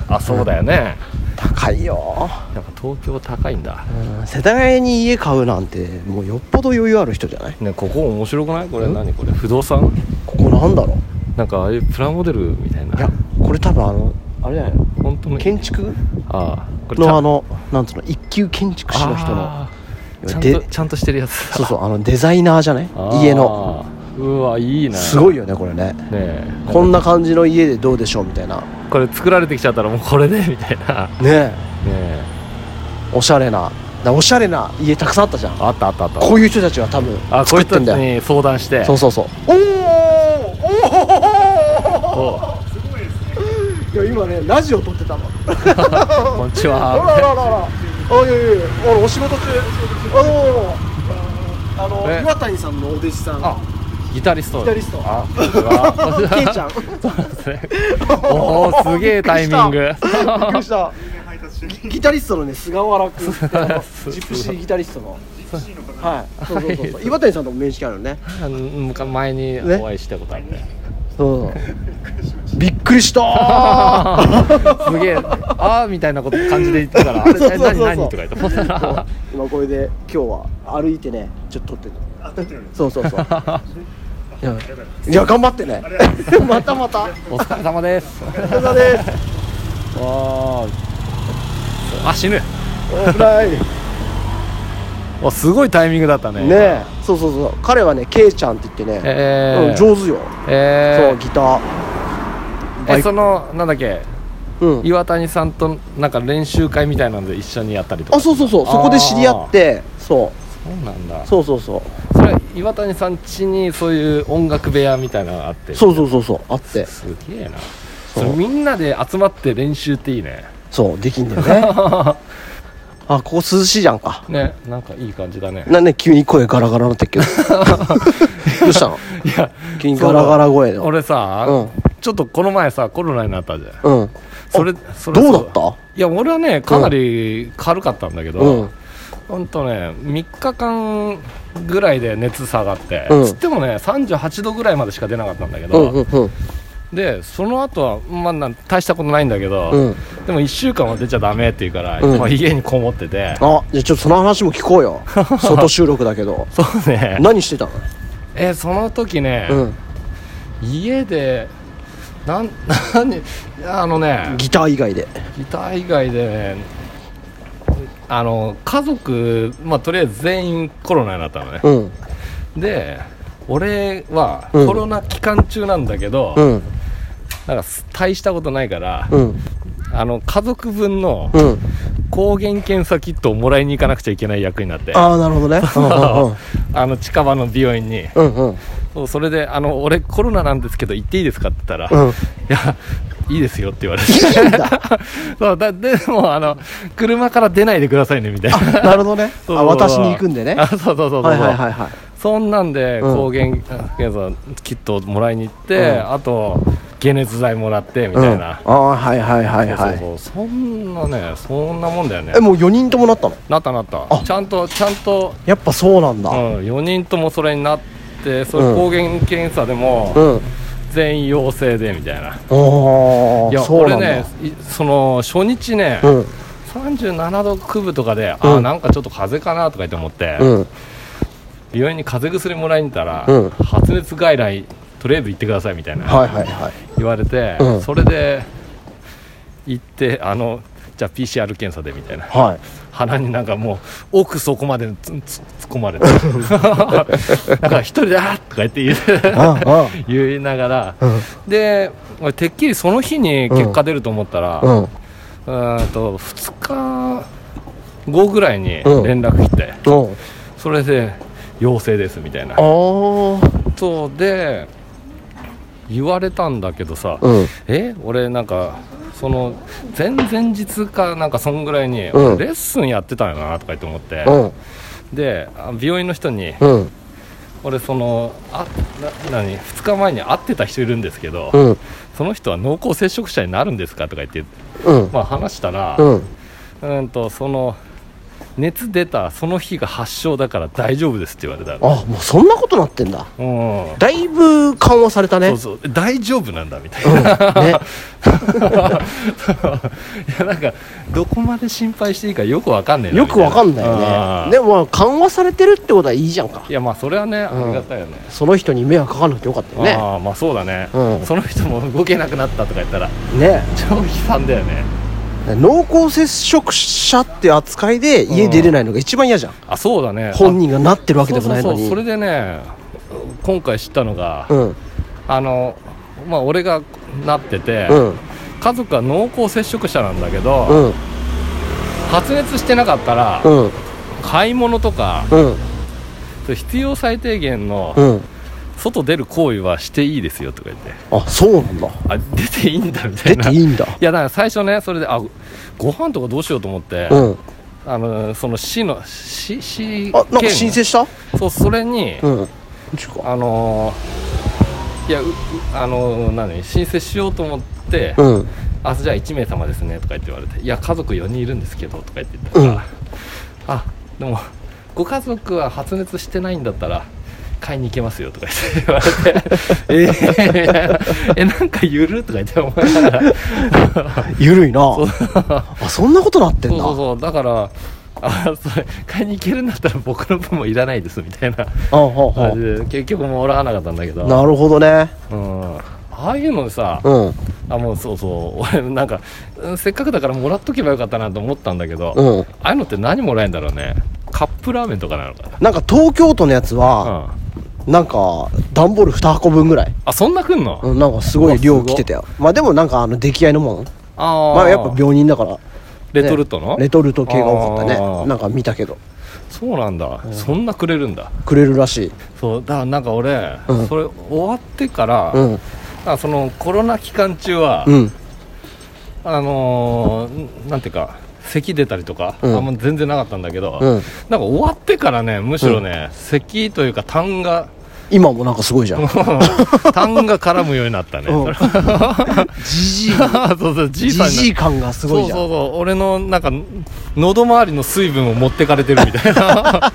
A: あそうだよね、
B: 高いよ、
A: やっぱ東京高いんだ、
B: うん、世田谷に家買うなんてもうよっぽど余裕ある人じゃない
A: ねここ面白くないこれ何これ不動産
B: ここなんだろう
A: なんかああいうプラモデルみたいない
B: やこれ多分あのあれじゃないの
A: 本当の
B: 建築
A: ああこ
B: のあのなんつうの一級建築士の人の
A: あーちゃん
B: で
A: とちゃんとしてるやつ
B: そうそうあのデザイナーじゃない
A: あー
B: 家の
A: うわいいな
B: す
A: ね
B: ごいよねこれね
A: え
B: こんな感じの家でどうでしょうみたいな
A: これ作られてきちゃったらもうこれでみたいなね
B: ね
A: え
B: おしゃれなだおしゃれな家たくさんあったじゃん
A: あったあったあった
B: こういう人たちが多分
A: あこう
B: 作
A: いう
B: っ
A: 人
B: てん
A: た
B: だ
A: ち
B: よ
A: に相談して
B: そうそうそうお
A: おう
B: いや今ねラジオ撮ってたの
A: こんにち
B: あらあ
A: は
B: らあらあいやいやいやあらお仕事中あのあの
A: え
B: 岩谷さんのお弟子さん
A: あギタリストギ
B: タリスト
A: あこんにちは
B: ケイちゃん
A: そうなんですねおおすげえタイミング
B: びっくりしたギギタリストのね菅原君ってあのジプシーギタリストのはいそうそうそうそう岩谷さんとも面識あるよ ね
A: あの昔前にお会いしたことあって、
B: そうそうびっくりしたー
A: すげえあーみたいなこと感じで言ってたからあれ
B: そうそうそうそう
A: 何何とか言って思った ら
B: 今これで今日は歩いてねちょっと撮ってるそうそうそういやいや頑張ってね またまたお
A: お疲れ様です
B: 疲れ様です
A: あ あ死ぬ
B: おフライね
A: おすごいタイミングだったね
B: えそうそうそう彼はねケイちゃんって言ってね、
A: え
B: うん
A: ー、
B: 上手よ、
A: え
B: そうギター
A: ー、えそのなんだっけ
B: うん
A: 岩谷さんとなんか練習会みたいなので一緒にやったりとか
B: あそうそうそうそこで知り合ってそう
A: そうなんだ
B: そうそうそう
A: それは岩谷さん家にそういう音楽部屋みたいなのがあって
B: そうそうそうそうあって
A: すげえな
B: そ
A: そうれみんなで集まって練習っていい ね
B: そうできんだよね あここ涼しいじゃんか
A: ねなんかいい感じだね
B: なんで急に声ガラガラになって っけどどうしたの
A: いや
B: 急にガラガラ声の
A: 俺さ、
B: うん
A: ちょっとこの前さコロナになったじゃん
B: うん
A: それそれ
B: どうだった
A: いや俺はねかなり軽かったんだけど、
B: うん
A: ほんとね3日間ぐらいで熱下がって、
B: うん
A: つってもね38度ぐらいまでしか出なかったんだけ
B: う
A: ど、
B: んうんうん
A: でその後はまあなん大したことないんだけど、
B: うん
A: でも1週間は出ちゃダメって言うから、
B: うん
A: まあ、家にこもってて
B: あじゃあちょっとその話も聞こ うよ外収録だけど
A: そうね
B: 何してたの
A: えその時ね、
B: うん
A: 家でなん何あのね
B: ギター以外で
A: ギター以外でねあの家族、まあ、とりあえず全員コロナになったのね、
B: うん
A: で俺は
B: うん
A: コロナ期間中なんだけど、
B: うん
A: なんかす大したことないから、
B: うん
A: あの家族分の
B: うん
A: 抗原検査キットをもらいに行かなくちゃいけない役にな って
B: ああなるほどね
A: あの近場の美容院に
B: うんうんうん
A: そうそれであの俺コロナなんですけど行っていいですかって言ったら、い
B: うん
A: やいいですよって言われて
B: いいんだ
A: そうだでもあの車から出ないでくださいねみたいな
B: なるほどねあ
A: そうそう
B: 私に行くんでね
A: あそうそうそうそう、
B: はいはいはいはい
A: そんなんで
B: うん
A: 抗原検査キットをもらいに行って、
B: うん
A: あと解熱剤もらってみ
B: うん
A: たい
B: あ
A: な、
B: あはいはいはいは
A: そうそ
B: い
A: うそうそんなねそんなもんだよね
B: えもう4人ともなったの
A: なったなった
B: あ
A: ちゃんとちゃんと、
B: やっぱそうなん
A: うん、
B: だ
A: 4人ともそれになってそれ
B: うん
A: 抗原検査でも
B: うん
A: 全員陽性でみたいな、
B: お
A: いや
B: ーそう
A: 俺
B: なん
A: ね
B: だ
A: いその初日ね、
B: うん
A: 37度9分とかで、
B: うん
A: あなんかちょっと風邪かなとか言って思って、
B: うん
A: 病院に風邪薬もらいに行ったら、
B: うん
A: 発熱外来とりあえず行ってくださいみたいな、
B: はいはいはい
A: 言われて、
B: うん
A: それで行ってあのじゃあ PCR 検査でみたいな
B: はい
A: 鼻になんかもう奥そこまでつつ突っ込 まれて なんか一人で「あっ!」とか言って言う
B: ああ
A: 言いながら、
B: うん
A: で俺てっきりその日に結果出ると思ったら、
B: うん
A: うーんと2日後ぐらいに
B: うん
A: 連絡来て、
B: うん
A: それで「陽性です」みたいな
B: あー
A: そうで言われたんだけどさ、
B: うん
A: え俺なんかその前々日かなんかそんぐらいに、
B: うん
A: 俺レッスンやってたよなとか言って思って、
B: うん
A: であ美容院の人に、
B: うん
A: 俺そのあな何2日前に会ってた人いるんですけど、
B: うん
A: その人は濃厚接触者になるんですかとか言って、
B: うん
A: まあ、話したら、
B: う
A: うんーんとその熱出たその日が発症だから大丈夫ですって言われたの
B: あもうそんなことなってんだ
A: うん
B: だいぶ緩和されたね
A: そうそう大丈夫なんだ みたいな、
B: うんね
A: いやなんかどこまで心配していいかよくわかんねえ
B: よくわかんない
A: あ
B: よ
A: ー
B: ねでもまあ緩和されてるってことはいいじゃんか
A: いやまあそれはね
B: ん
A: ありがたいよね、
B: その人に迷惑かかんなくてよかったよね
A: ああまあそうだね、
B: うん
A: その人も動けなくなったとか言ったら
B: ね
A: 超悲惨だよね
B: 濃厚接触者って扱いで家出れないのが一番嫌じゃん
A: あそうだね
B: 本人がなってるわけでもない
A: そ
B: の
A: うそうそう
B: に
A: それでね今回知ったのが、
B: うん
A: あのまあ俺がなってて、
B: うん
A: 家族は濃厚接触者なんだけど、
B: うん
A: 発熱してなかったら、
B: うん
A: 買い物とか、
B: うん
A: そう必要最低限の
B: うん
A: 外出る行為はしていいですよとか言って
B: あそうなんだ
A: あ出ていいんだみたい
B: 出
A: な
B: ていいんだ
A: いやだから最初ねそれであご飯とかどうしようと思って、
B: うん
A: あのその市の市市
B: あなんか申請した
A: 県そうそれに、
B: うんちゅうか
A: あのーいやううあのー何申請しようと思って、
B: うん
A: あじゃあ1名様ですねとか言って言われていや家族4人いるんですけどとか言って言ったら、
B: うん
A: あでもご家族は発熱してないんだったら買いに行けますよとか言って言 われてえー、えなんかゆるとか言って思いながら
B: ゆるいな
A: そう
B: あそんなことなってん
A: そう
B: だ
A: そうそうだからあそれ買いに行けるんだったら僕の分もいらないですみたいな
B: あほうほ
A: 感
B: う
A: じで結局もらわなかったんだけど
B: なるほどね
A: うん、ああいうのさ、
B: うん
A: あもうそうそう 俺なんかうんせっかくだからもらっとけばよかったなと思ったんだけど、
B: うん
A: ああいうのって何もらえんだろうねカップラーメンとかなのか
B: なんか東京都のやつ
A: な、
B: は、
A: うん、
B: なんか段ボール2箱分ぐらい、
A: あそんなくんの、
B: うん、なんかすごい量来てたよまあでもなんかあの出来合いのもん
A: あー、
B: まあやっぱ病人だから、ね
A: レトルトの、
B: レトルト系が多
A: あ
B: かったね
A: ー
B: なんか見たけど
A: そうなんだ、そんなくれるんだ
B: くれるらしい
A: そうだからなんか俺、
B: うん
A: それ終わってから、
B: う
A: だ
B: ん
A: からそのコロナ期間中は、
B: うん
A: あのー、なんていうか咳出たりとか、
B: うん
A: あんま全然なかったんだけど、
B: うん
A: なんか終わってからねむしろね、咳というか痰が
B: 今もなんかすごいじゃん
A: 痰が絡むようになったね
B: うん
A: それ
B: じじい
A: そうそうじい
B: じ
A: さんが
B: じい感がすごいじゃん
A: そうそうそう俺のなんか喉周りの水分を持ってかれてるみたい な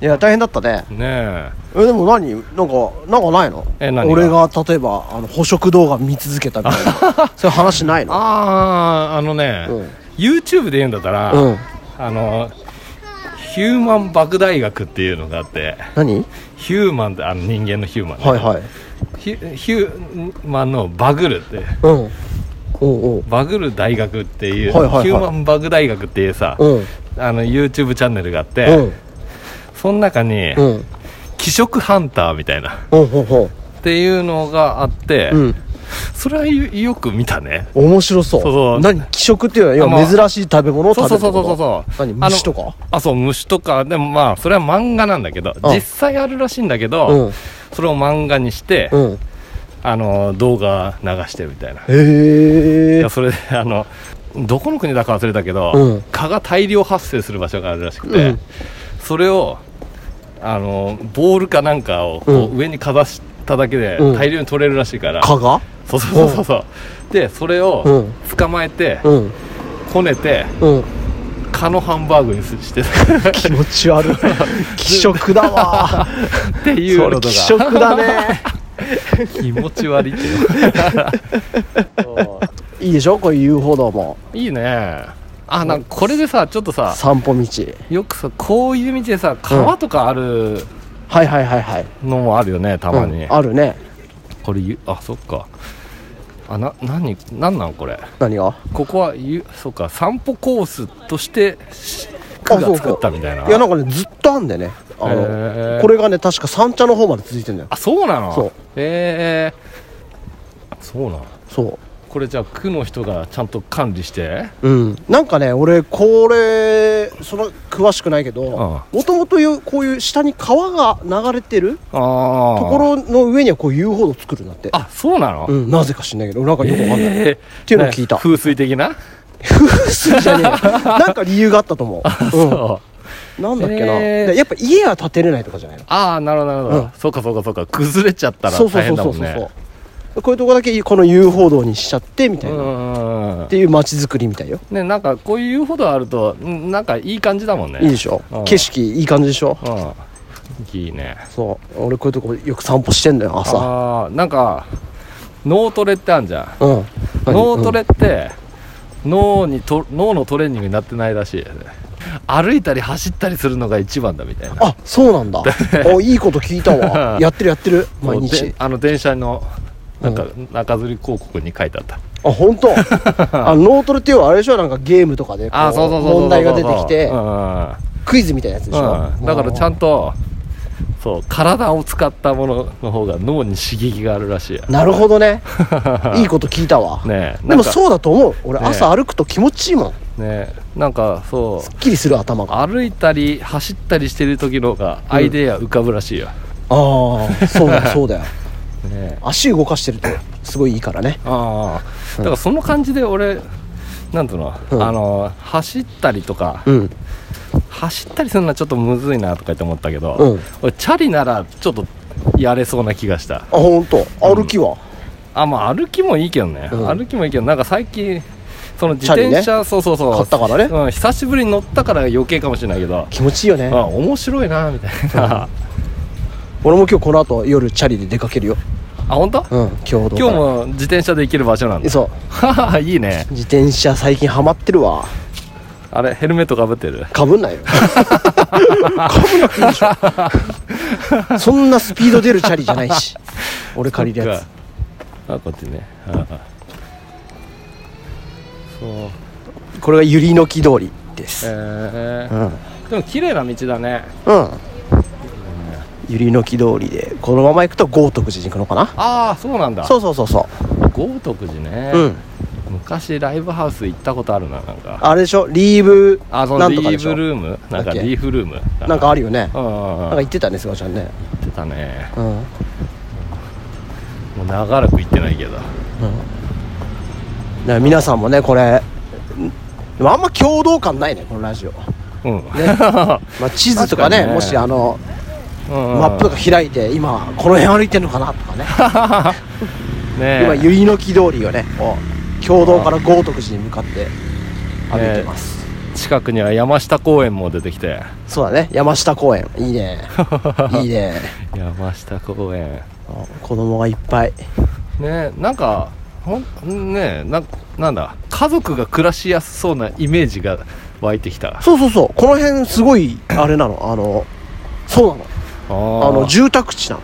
B: いや大変だったね
A: ね
B: えでも何なんかなんかないの
A: え何が
B: 俺が例えばあの捕食動画見続けたみたい なそういう話ない
A: え
B: の
A: あああのね、
B: うん
A: YouTube で言うんだったら、
B: うん
A: あのヒューマン爆大学っていうのがあって
B: 何
A: ヒューマンってあの人間のヒューマンね、
B: はいはい
A: ヒュヒューマンのバグルって
B: うんおう
A: バグる大学っていう、
B: はいはいはい
A: ヒューマンバグ大学っていうさ、
B: おううん
A: あの YouTube チャンネルがあって、
B: うん
A: その中に、
B: うん
A: 気色ハンターみたいな
B: うんうんうん
A: っていうのがあって、
B: うん
A: それはよよく見たね
B: 面白そう
A: そうそう
B: 何気食っていうの
A: あ
B: は
A: まあ
B: 今珍しい食べ物を
A: そう
B: 食べ
A: そう
B: るって
A: そうそう
B: こと
A: そうそう
B: 何虫とか
A: あそう虫とかでもまあそれは漫画なんだけど
B: あ
A: 実際あるらしいんだけど、
B: うん
A: それを漫画にして、
B: うん
A: あの動画流してるみたいな
B: へ
A: い
B: え
A: やそれで あのどこの国だか忘れたけど、
B: うん
A: 蚊が大量発生する場所があるらしくて、
B: うん
A: それをあのボールかなんかをこう
B: う
A: 上にかざしただけで
B: うん
A: 大量に取れるらしいから、
B: 蚊が
A: そうそうそうそうでそれ
B: う
A: を
B: ん
A: 捕まえて、
B: うん
A: こねて
B: うん
A: 蚊のハンバーグにしてた
B: 気持ち悪い気食だわ
A: って いう
B: そ
A: の
B: れ
A: が
B: 気食だね
A: 気持ち悪いけど
B: いいでしょこういう遊歩道も
A: いいねあなんかこれでさちょっとさ
B: 散歩道
A: よくさこういう道でさ川とかある
B: はいはいはいはい
A: のもあるよねたまに、
B: うんあるね
A: これゆあそっかあな何何なんこれ
B: 何が
A: ここはゆそっか散歩コースとしてし区
B: あそ
A: が
B: うそう
A: 作ったみたいない
B: やなんかねずっとあんだよねあ
A: へー
B: のこれがね確か三茶の方まで続いてんだよ
A: あそうなの
B: そう
A: ええそうなの
B: そ
A: これじゃあ区の人がちゃんと管理して
B: ううんなんかね俺これその詳しくないけどもともとこういう下に川が流れてる
A: ああ
B: と
A: と
B: ころの上にはこう遊歩道作るんだって
A: あそうなの、
B: うんなぜか知んないけどなんかよくわかんない
A: ええって
B: いうのを聞いた
A: 風水的な
B: 夫婦じゃね えよなんか理由があったと思ううん
A: そう
B: なんだっけな、
A: へー
B: でやっぱ家は建てれないとかじゃないの
A: ああなるほどなるほど、
B: うん
A: そうかそうかそうか崩れちゃったら
B: そうそう
A: 大
B: そ
A: 変
B: う
A: だ
B: そ
A: も
B: うんそう、
A: ね
B: こういうとこだけこの遊歩道にしちゃってみた
A: う
B: いな、っ
A: んうん
B: ていう街づくりみたいよ、
A: ねなんかこういう遊歩道あるとんなんかいい感じだもんね
B: いいでしょ、
A: うん
B: 景色いい感じでしょ、
A: うんいいね
B: そう俺こういうとこよく散歩してんだよ朝
A: ああーなんか脳トレってあるじゃん
B: うん何
A: 脳トレって脳にと脳のトレーニングになってないらしいよね歩いたり走ったりするのが一番だみたいな
B: うんあそうな んだおいいこと聞いたわやってるやってる毎
A: そう
B: 日
A: であの電車のなんか中吊り広告に書いてあった、
B: あ 本当あ脳トレっていうのはあれでしょなんかゲームとかでこ
A: あーそうそうそうそうそう
B: 問題が出てきて、
A: うんうんうん
B: クイズみたいなやつでしょ、
A: うん、だからちゃん
B: と
A: とそう体を使ったものの方が脳に刺激があるらしいよ
B: なるほ どねいいこと聞いたわ、
A: ねえ
B: で
A: なん
B: も
A: か
B: そうだと思う俺
A: ね
B: 朝歩くと気持ちいいもん
A: ねなんかそう
B: すっきりする頭があ
A: 歩いたり走ったりしてる時の方がアイデア浮かぶらしいよ、
B: あー そうだよそうだよ
A: ね
B: 足動かしてるとすごいいいからね
A: ああだからその感じで俺なんとの、
B: うん
A: あの走ったりとか、
B: うん
A: 走ったりするのはちょっとむずいなとかって思ったけど、
B: うん
A: 俺チャリならちょっとやれそうな気がした
B: あ本当歩きは、
A: あまあ歩きもいいけどね、
B: うん
A: 歩きもいいけどなんか最近その自
B: チャリ
A: 転
B: ね
A: 車、そうそうそう
B: 買ったからね
A: うん、久しぶりに乗ったから余計かもしれないけど、
B: 気持ちいいよね
A: あ面白いなみたいな、
B: 俺も今日この後夜チャリで出かけるよ
A: あ本当、
B: うん今日
A: 今日も自転車で行ける場所なんだ
B: そ う
A: いいね
B: う自転車最近ハマってるわ
A: あれヘルメットかぶってる
B: かぶんないよかぶんなくていいでしょそんなスピード出るチャリじゃないし俺借りるやつ
A: つあこっちねああそう
B: これがゆりの木通りです、
A: え
B: う
A: ー
B: ん
A: でも綺麗な道だね
B: うんゆりの木通りでこのまま行くと豪徳寺に行くのかな
A: ああそうなんだ
B: そうそうそうそ
A: 豪徳寺ね、
B: う、うん、
A: 昔ライブハウス行ったことあるななんか
B: あれでしょリーブ
A: あその
B: なん
A: リ
B: とかで
A: ー
B: しょ
A: ブルームなん
B: だ
A: か
B: っけ
A: リーフルーム
B: なんかあるよね
A: うんうんうん
B: なんか言ってたねすがちゃんね
A: 言ってたね
B: うん、うん、
A: もう長らく行ってないけど
B: だから皆さんもねこれでもあんま共同感ないねこのラジオ、
A: うん、
B: まあ、地図とかね
A: 確かにね
B: もしあの
A: マ
B: マップとか開いて今この辺歩いてんのかなとかね
A: ねえ
B: 今百合の木通りをねこう共同から豪徳寺に向かって歩いてます、
A: 近くには山下公園も出てきて
B: そうだね山下公園い いねいいね
A: 山下公園
B: あ子供がいっぱい
A: ねえなんかほんねえなんなんだ家族が暮らしやすそうなイメージが湧いてきたあ
B: そうそうそうこの辺すごいあれなのあのそうなのあ
A: あ
B: の住宅地なの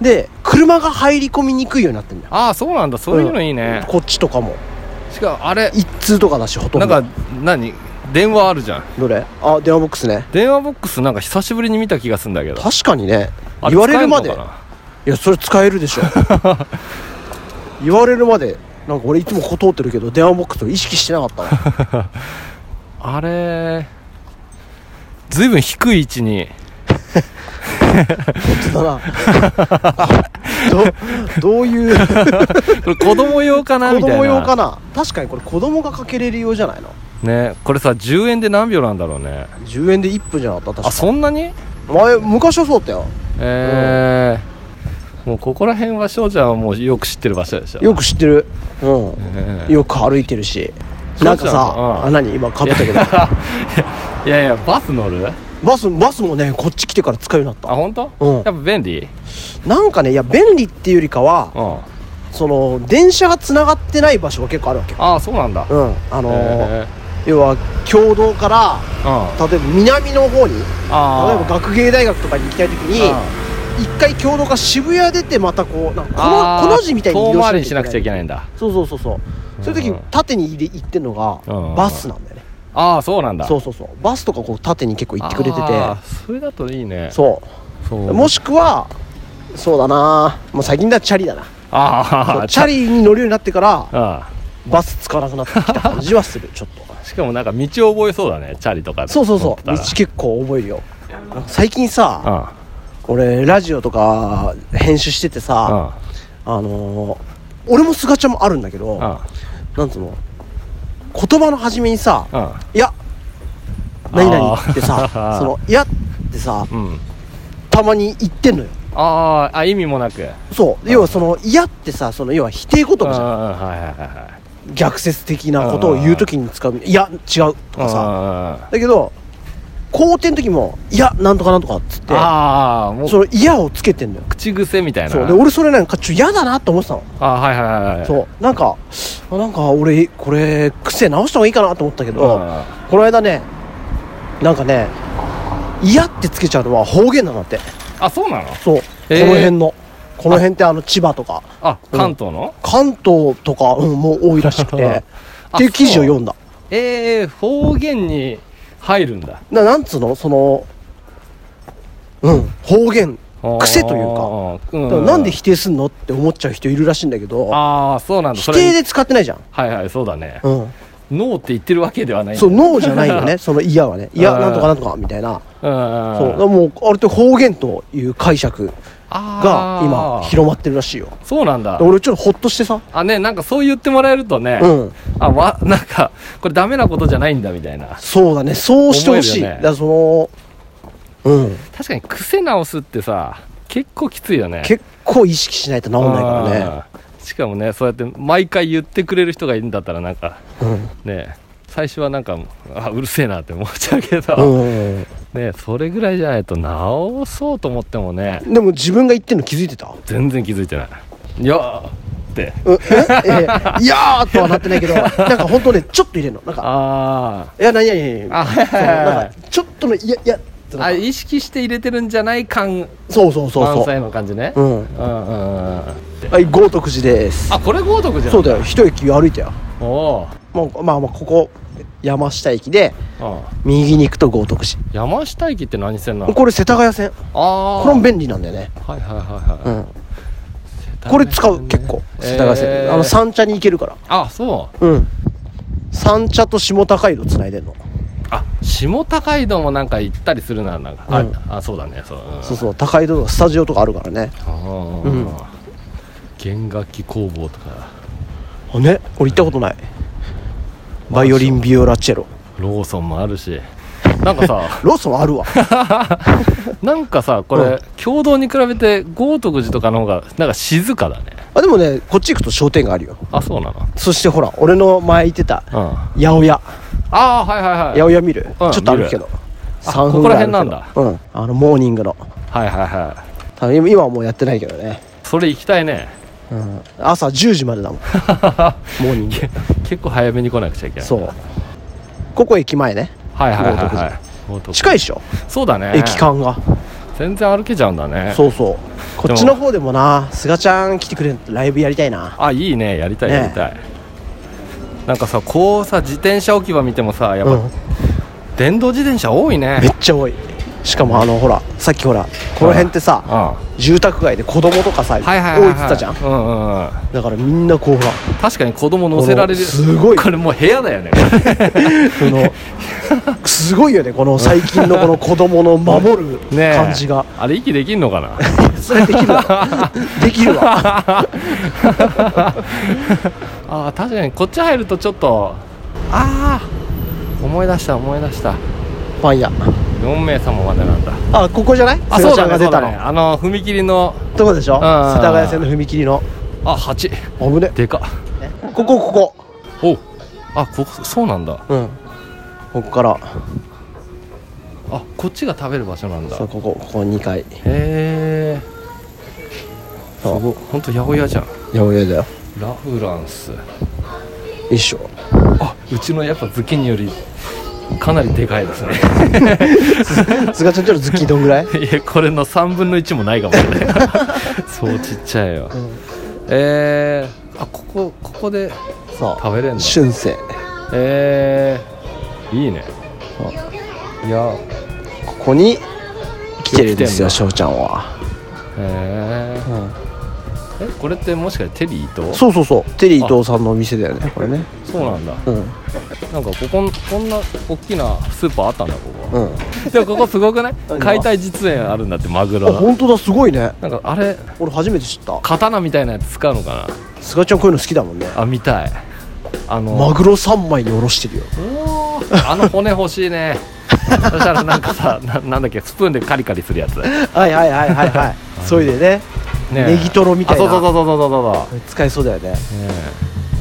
B: で車が入り込みにくいようになってんだよ
A: ああそうなんだそういうのいいね、
B: こっちとかも
A: しかもあれ
B: 一通とかだしほとん
A: な
B: ど
A: んか何電話あるじゃん
B: どれあ電話ボックスね
A: 電話ボックスなんか久しぶりに見た気がするんだけど
B: 確かにね
A: あ
B: 言われるまで
A: 使えんのかない
B: やそれ使えるで しょ言われるまでなんか俺いつもここ通ってるけど電話ボックスを意識してなかったわ
A: あれずいぶん低い位置に
B: 本 当だなあどどういう
A: これ子供用かな
B: 子
A: みたいな
B: 供用かな確かにこれ子供がかけれる用じゃないの
A: ねこれさ10円で何秒なんだろうね
B: 10円で1分じゃなかった
A: あ
B: 確か
A: そんなに
B: 前昔はそうだったよ
A: えー、もうここら辺は翔ちゃんはもうよく知ってる場所でしょ
B: よく知ってるうん
A: ええ
B: よく歩いてるし
A: そう
B: なん
A: そ
B: か
A: ううん
B: さあ何今かぶった けど
A: いやいやバス乗るあ
B: バスバスもねこっち来てから使うようになっ
A: 本当？
B: うん
A: やっぱ便利
B: たなんかねいや便利っていうよりかは
A: うんあ
B: その電車がつながってない場所が結構あるわけよ
A: あそうなんだ
B: うんあのー
A: え
B: 要は共同から
A: ーうん
B: 例えば南の方に例え
A: あ
B: ば学芸大学とかに行きたい時に一回共同が渋谷出てまたこうなんか
A: あー
B: このこの字みたいに
A: 遠回り
B: 移動
A: にしなくちゃいけないんだ
B: そうそうそうそうそういう時
A: うん
B: 縦に入れ行ってんのが
A: うん
B: バスなんだよね
A: ああそうなんだ
B: そうそうそうバスとかこう縦に結構行ってくれてて
A: あーそれだといいね
B: そ
A: そう
B: うもしくはそうだなもう最近だとチャリだな
A: あ
B: そう
A: あ
B: チャリに乗るようになってから
A: あ
B: バス使わなくなってきた感じはす るちょっと
A: あしかもなんか道を覚えそうだねチャリとか
B: そうそう
A: 乗っ
B: そ
A: て
B: う
A: た
B: 道
A: ら
B: 結構覚えるよなんか最近さ
A: あ
B: 俺ラジオとか編集してて
A: あ
B: さ、
A: あ
B: あのー俺もすがちゃんもあるんだけど、
A: あ
B: なんつうの言葉の初めにさ
A: ああ
B: 「いや何々」ってさ
A: あー
B: その「いや」ってさ
A: うん
B: たまに言ってんのよ
A: あーあ意味もなく
B: そうで要はその「いや」ってさその要は否定言
A: うん
B: 葉
A: うん
B: じゃん
A: はいはいはいはい
B: 逆説的なことを言う時に使う「いや違う」とか
A: あ
B: さだけど肯定の時も「いやなんとかなんとか」っつって
A: あーもう
B: その「いや」をつけてんのよ
A: 口癖みたいな
B: そうで俺それなんかちょっと嫌だなと思ってたの
A: あーはいはいはいはい
B: そうなんかあなんか俺これ癖直した方がいいかなと思ったけど、
A: うん
B: この間ねなんかね「嫌」ってつけちゃうのは方言なんだって
A: あそうなの
B: そう、
A: へー
B: この辺のこの辺ってあの千葉とか
A: あ関東の
B: 関東とか、うん、もう多いらしくて
A: あ
B: っていう記事を読んだ
A: ええ方言に入るんだ
B: ななんつうのそのうん方言癖というか
A: か
B: だからなんで否定すんのって思っちゃう人いるらしいんだけど
A: ああそうなんだ
B: 否
A: そ
B: 定
A: れ
B: で使ってないじゃん、
A: はいはいそうだね
B: うん、
A: ノーって言ってるわけではないんだ
B: そうノーじゃないよ ねその嫌はねいや
A: うん
B: なんとかなんとかみたいな
A: うん
B: そうだからもうあれって方言という解釈が今
A: あー
B: 広まってるらしいよ
A: そうなんだ
B: 俺ちょっとホッとしてさ
A: あねなんかそう言ってもらえるとね、
B: うん
A: あわなんかこれダメなことじゃないんだみたいな
B: そうだねそうしてほしい、
A: 思えるよね
B: だからそのうん
A: 確かに癖直すってさ結構きついよね
B: 結構意識しないと治んないからね
A: ねしかもねそうやって毎回言ってくれる人がいるんだったらなんか
B: うん
A: ね最初はなんかあうるせえなって 思っちゃうけど、
B: うん
A: ねそれぐらいじゃないと直そうと思ってもね
B: でも自分が言ってんの気づいてた
A: 全然気づいてないいやーって
B: うんええいやーとはなってないけどなんか本当ねちょっと入れるのなんか
A: あ
B: いや何々何
A: ー
B: 々
A: あはい
B: そう
A: はいはいは
B: な
A: い
B: んかちょっとのいやいやとか
A: あ意識して入れてるんじゃない感
B: そうそうそう
A: 満
B: そう
A: 載の感じね
B: うん
A: うんうんうんうん
B: はい豪徳寺です
A: あこれ豪徳じゃん
B: そうだよ一駅歩いたよ
A: おお
B: もうまあまあここ山下駅で
A: ーうん
B: 右に行くと豪徳寺
A: 山下駅って何線なの
B: これ世田谷線
A: ああ
B: これも便利なんだよね
A: はいはいはいはい、
B: うんこれ使う結構世田谷線、
A: えー
B: あの三茶に行けるから
A: あそう
B: うん三茶と下高井戸つないでんの
A: あ下高井戸もなんか行ったりするななんか、あ
B: うん
A: あそうだねそう,、うん、
B: そうそう高井戸とかスタジオとかあるからね
A: あー
B: うん
A: 弦楽器工房とか
B: あね俺行ったことないバイオリンビオラチェロ
A: ローソンもあるしなんか さ
B: ローソン あるわ
A: なんかさこ
B: うん
A: れ共同に比べて豪徳寺とかの方がなんか静かだね
B: あでもねこっち行くと商店があるよ
A: あそうなの
B: そしてほら俺の前行ってた
A: うんあ
B: 八百屋
A: あーはいはいは
B: 八
A: い
B: 百屋見る、
A: うん
B: ちょっと歩くけど
A: あ
B: 3分ぐらいあるけど
A: ここら
B: うんあのモーニングの
A: はいはいは
B: 多分今今はもうやってないけどね、
A: いそれ行きたいね
B: うん、朝10時までだもんモーニング
A: 結構早めに来なくちゃいけない
B: そうここ駅前ね
A: はいはいはい
B: 豪徳
A: は
B: 寺
A: い豪徳
B: 近いっしょ、
A: そうだね
B: 駅間が
A: 全然歩けちゃうんだね
B: そうそうこっちの方でもなすがちゃん来てくれんライブやりたいな
A: あいいねやりたい
B: ねえ
A: やりたい、なんかさこうさ自転車置き場見てもさやっぱ、
B: うん
A: 電動自転車多いね
B: めっちゃ多いしかもあのほらさっきほらこの辺ってさ、
A: うんは
B: 住宅街で子供とかさ、
A: いはいはい、はい、
B: 多いっつったじゃん
A: うんうんうん
B: だからみんなこうほら
A: 確かに子供乗せられる
B: このすごい
A: これもう部屋だ よねこれ
B: そのすごいよねこの最近のこの子供の守る
A: ねえ
B: 感じが、
A: あれ息できんのかな
B: それできるわできる わ
A: あー確かにこっち入るとちょっとああ思い出した思い出した
B: パン屋
A: 4名様までなんだ
B: あここじゃない
A: あ
B: す
A: そ
B: が
A: う
B: ちゃ
A: だねそ
B: んが出
A: うだ
B: たの、
A: ねあの踏切の
B: とこでしょ世
A: んうんうん
B: 田谷線の踏切の
A: あ八
B: 危ね
A: でかっ
B: こここ
A: おうあここそうなんだ
B: こうんここから
A: あこっちが食べる場所なんだ
B: そうここここ2階
A: へえす
B: そう
A: ごいほんと八百屋じゃん
B: 八百屋だよ
A: ラフランス
B: 一緒
A: あうちのやっぱズッキーニよりかなりでかいですね
B: すがちゃんちょっとズッキーどんぐらい
A: いやこれの3分の1もないかもしれないそうちっちゃいよ、
B: ん
A: えー、あここここで
B: そう
A: 食べれんの
B: 春生
A: えー、いいねいや
B: ここに来てるんですよ
A: 来て
B: 翔ちゃんは、
A: えー、えこれってもしかしてテリーと
B: そうそうそうテリー伊藤さんのお店だよねこれね
A: そうなんだ
B: うん
A: なんかこここんな大きなスーパーあったんだここ
B: うん
A: でもここすごくない
B: 何が
A: 解体実演あるんだってマグ
B: あ
A: ロの
B: 本当だすごいね
A: なんかあれ
B: 俺初めて知った
A: 刀みたいなやつ使うのか
B: すがちゃんこういうの好きだもんね
A: なあ見たいあの
B: マグロ3枚におろしてるよ
A: おーあの骨欲しいね そしたらなんかさななんだっけスプーンでカリカリするやつね
B: はいはいはいはいはいそれでね
A: え
B: ネギトロみたいな
A: あそうそうそうそうそうそう
B: 使えそうだよね
A: そうね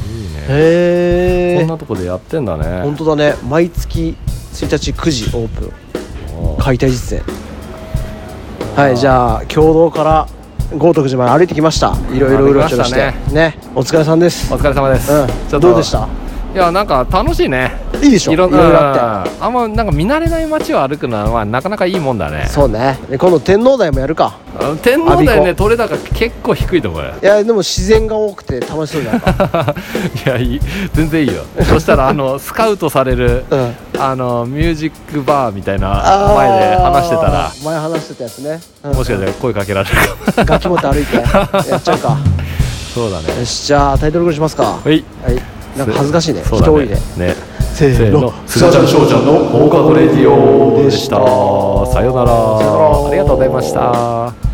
A: えいいね
B: へ
A: こ
B: え
A: んなとこでやってんだ
B: 本
A: ね
B: 当だね毎月1日9時オープン
A: おー
B: 解体実演はいじゃあ共同から豪徳寺まで歩いてきましたいろいろうろちょろして
A: 歩きま
B: ねお疲れさんです
A: お疲れ様です、
B: うん
A: ちょっと
B: どうでした
A: いやなんか楽しいね
B: いいでしょいろいろあっ
A: ってあんまなんか見慣れない街を歩くのはなかなかいいもんだね
B: てそうねで今度天皇台もやるか
A: あの天皇台ね取れ高結構低いと思うよ
B: いやでも自然が多くて楽しそうじゃないか
A: いやいい全然いいよそしたらあのスカウトされる
B: うん
A: あのミュージックバーみたいな
B: あー
A: 前で話してたら
B: 前話してたやつね、うん
A: もしかしたら声かけられるかも
B: 楽器持って歩 いてやっちゃうか
A: そうだね
B: よしじゃあタイトルコールしますかは
A: ほい
B: いなんか恥ずかしいね
A: そうだ
B: 人多いね
A: ね
B: せ
A: せーのすがちゃんしょうちゃんの放課後レディオでしたさよならありがとうございました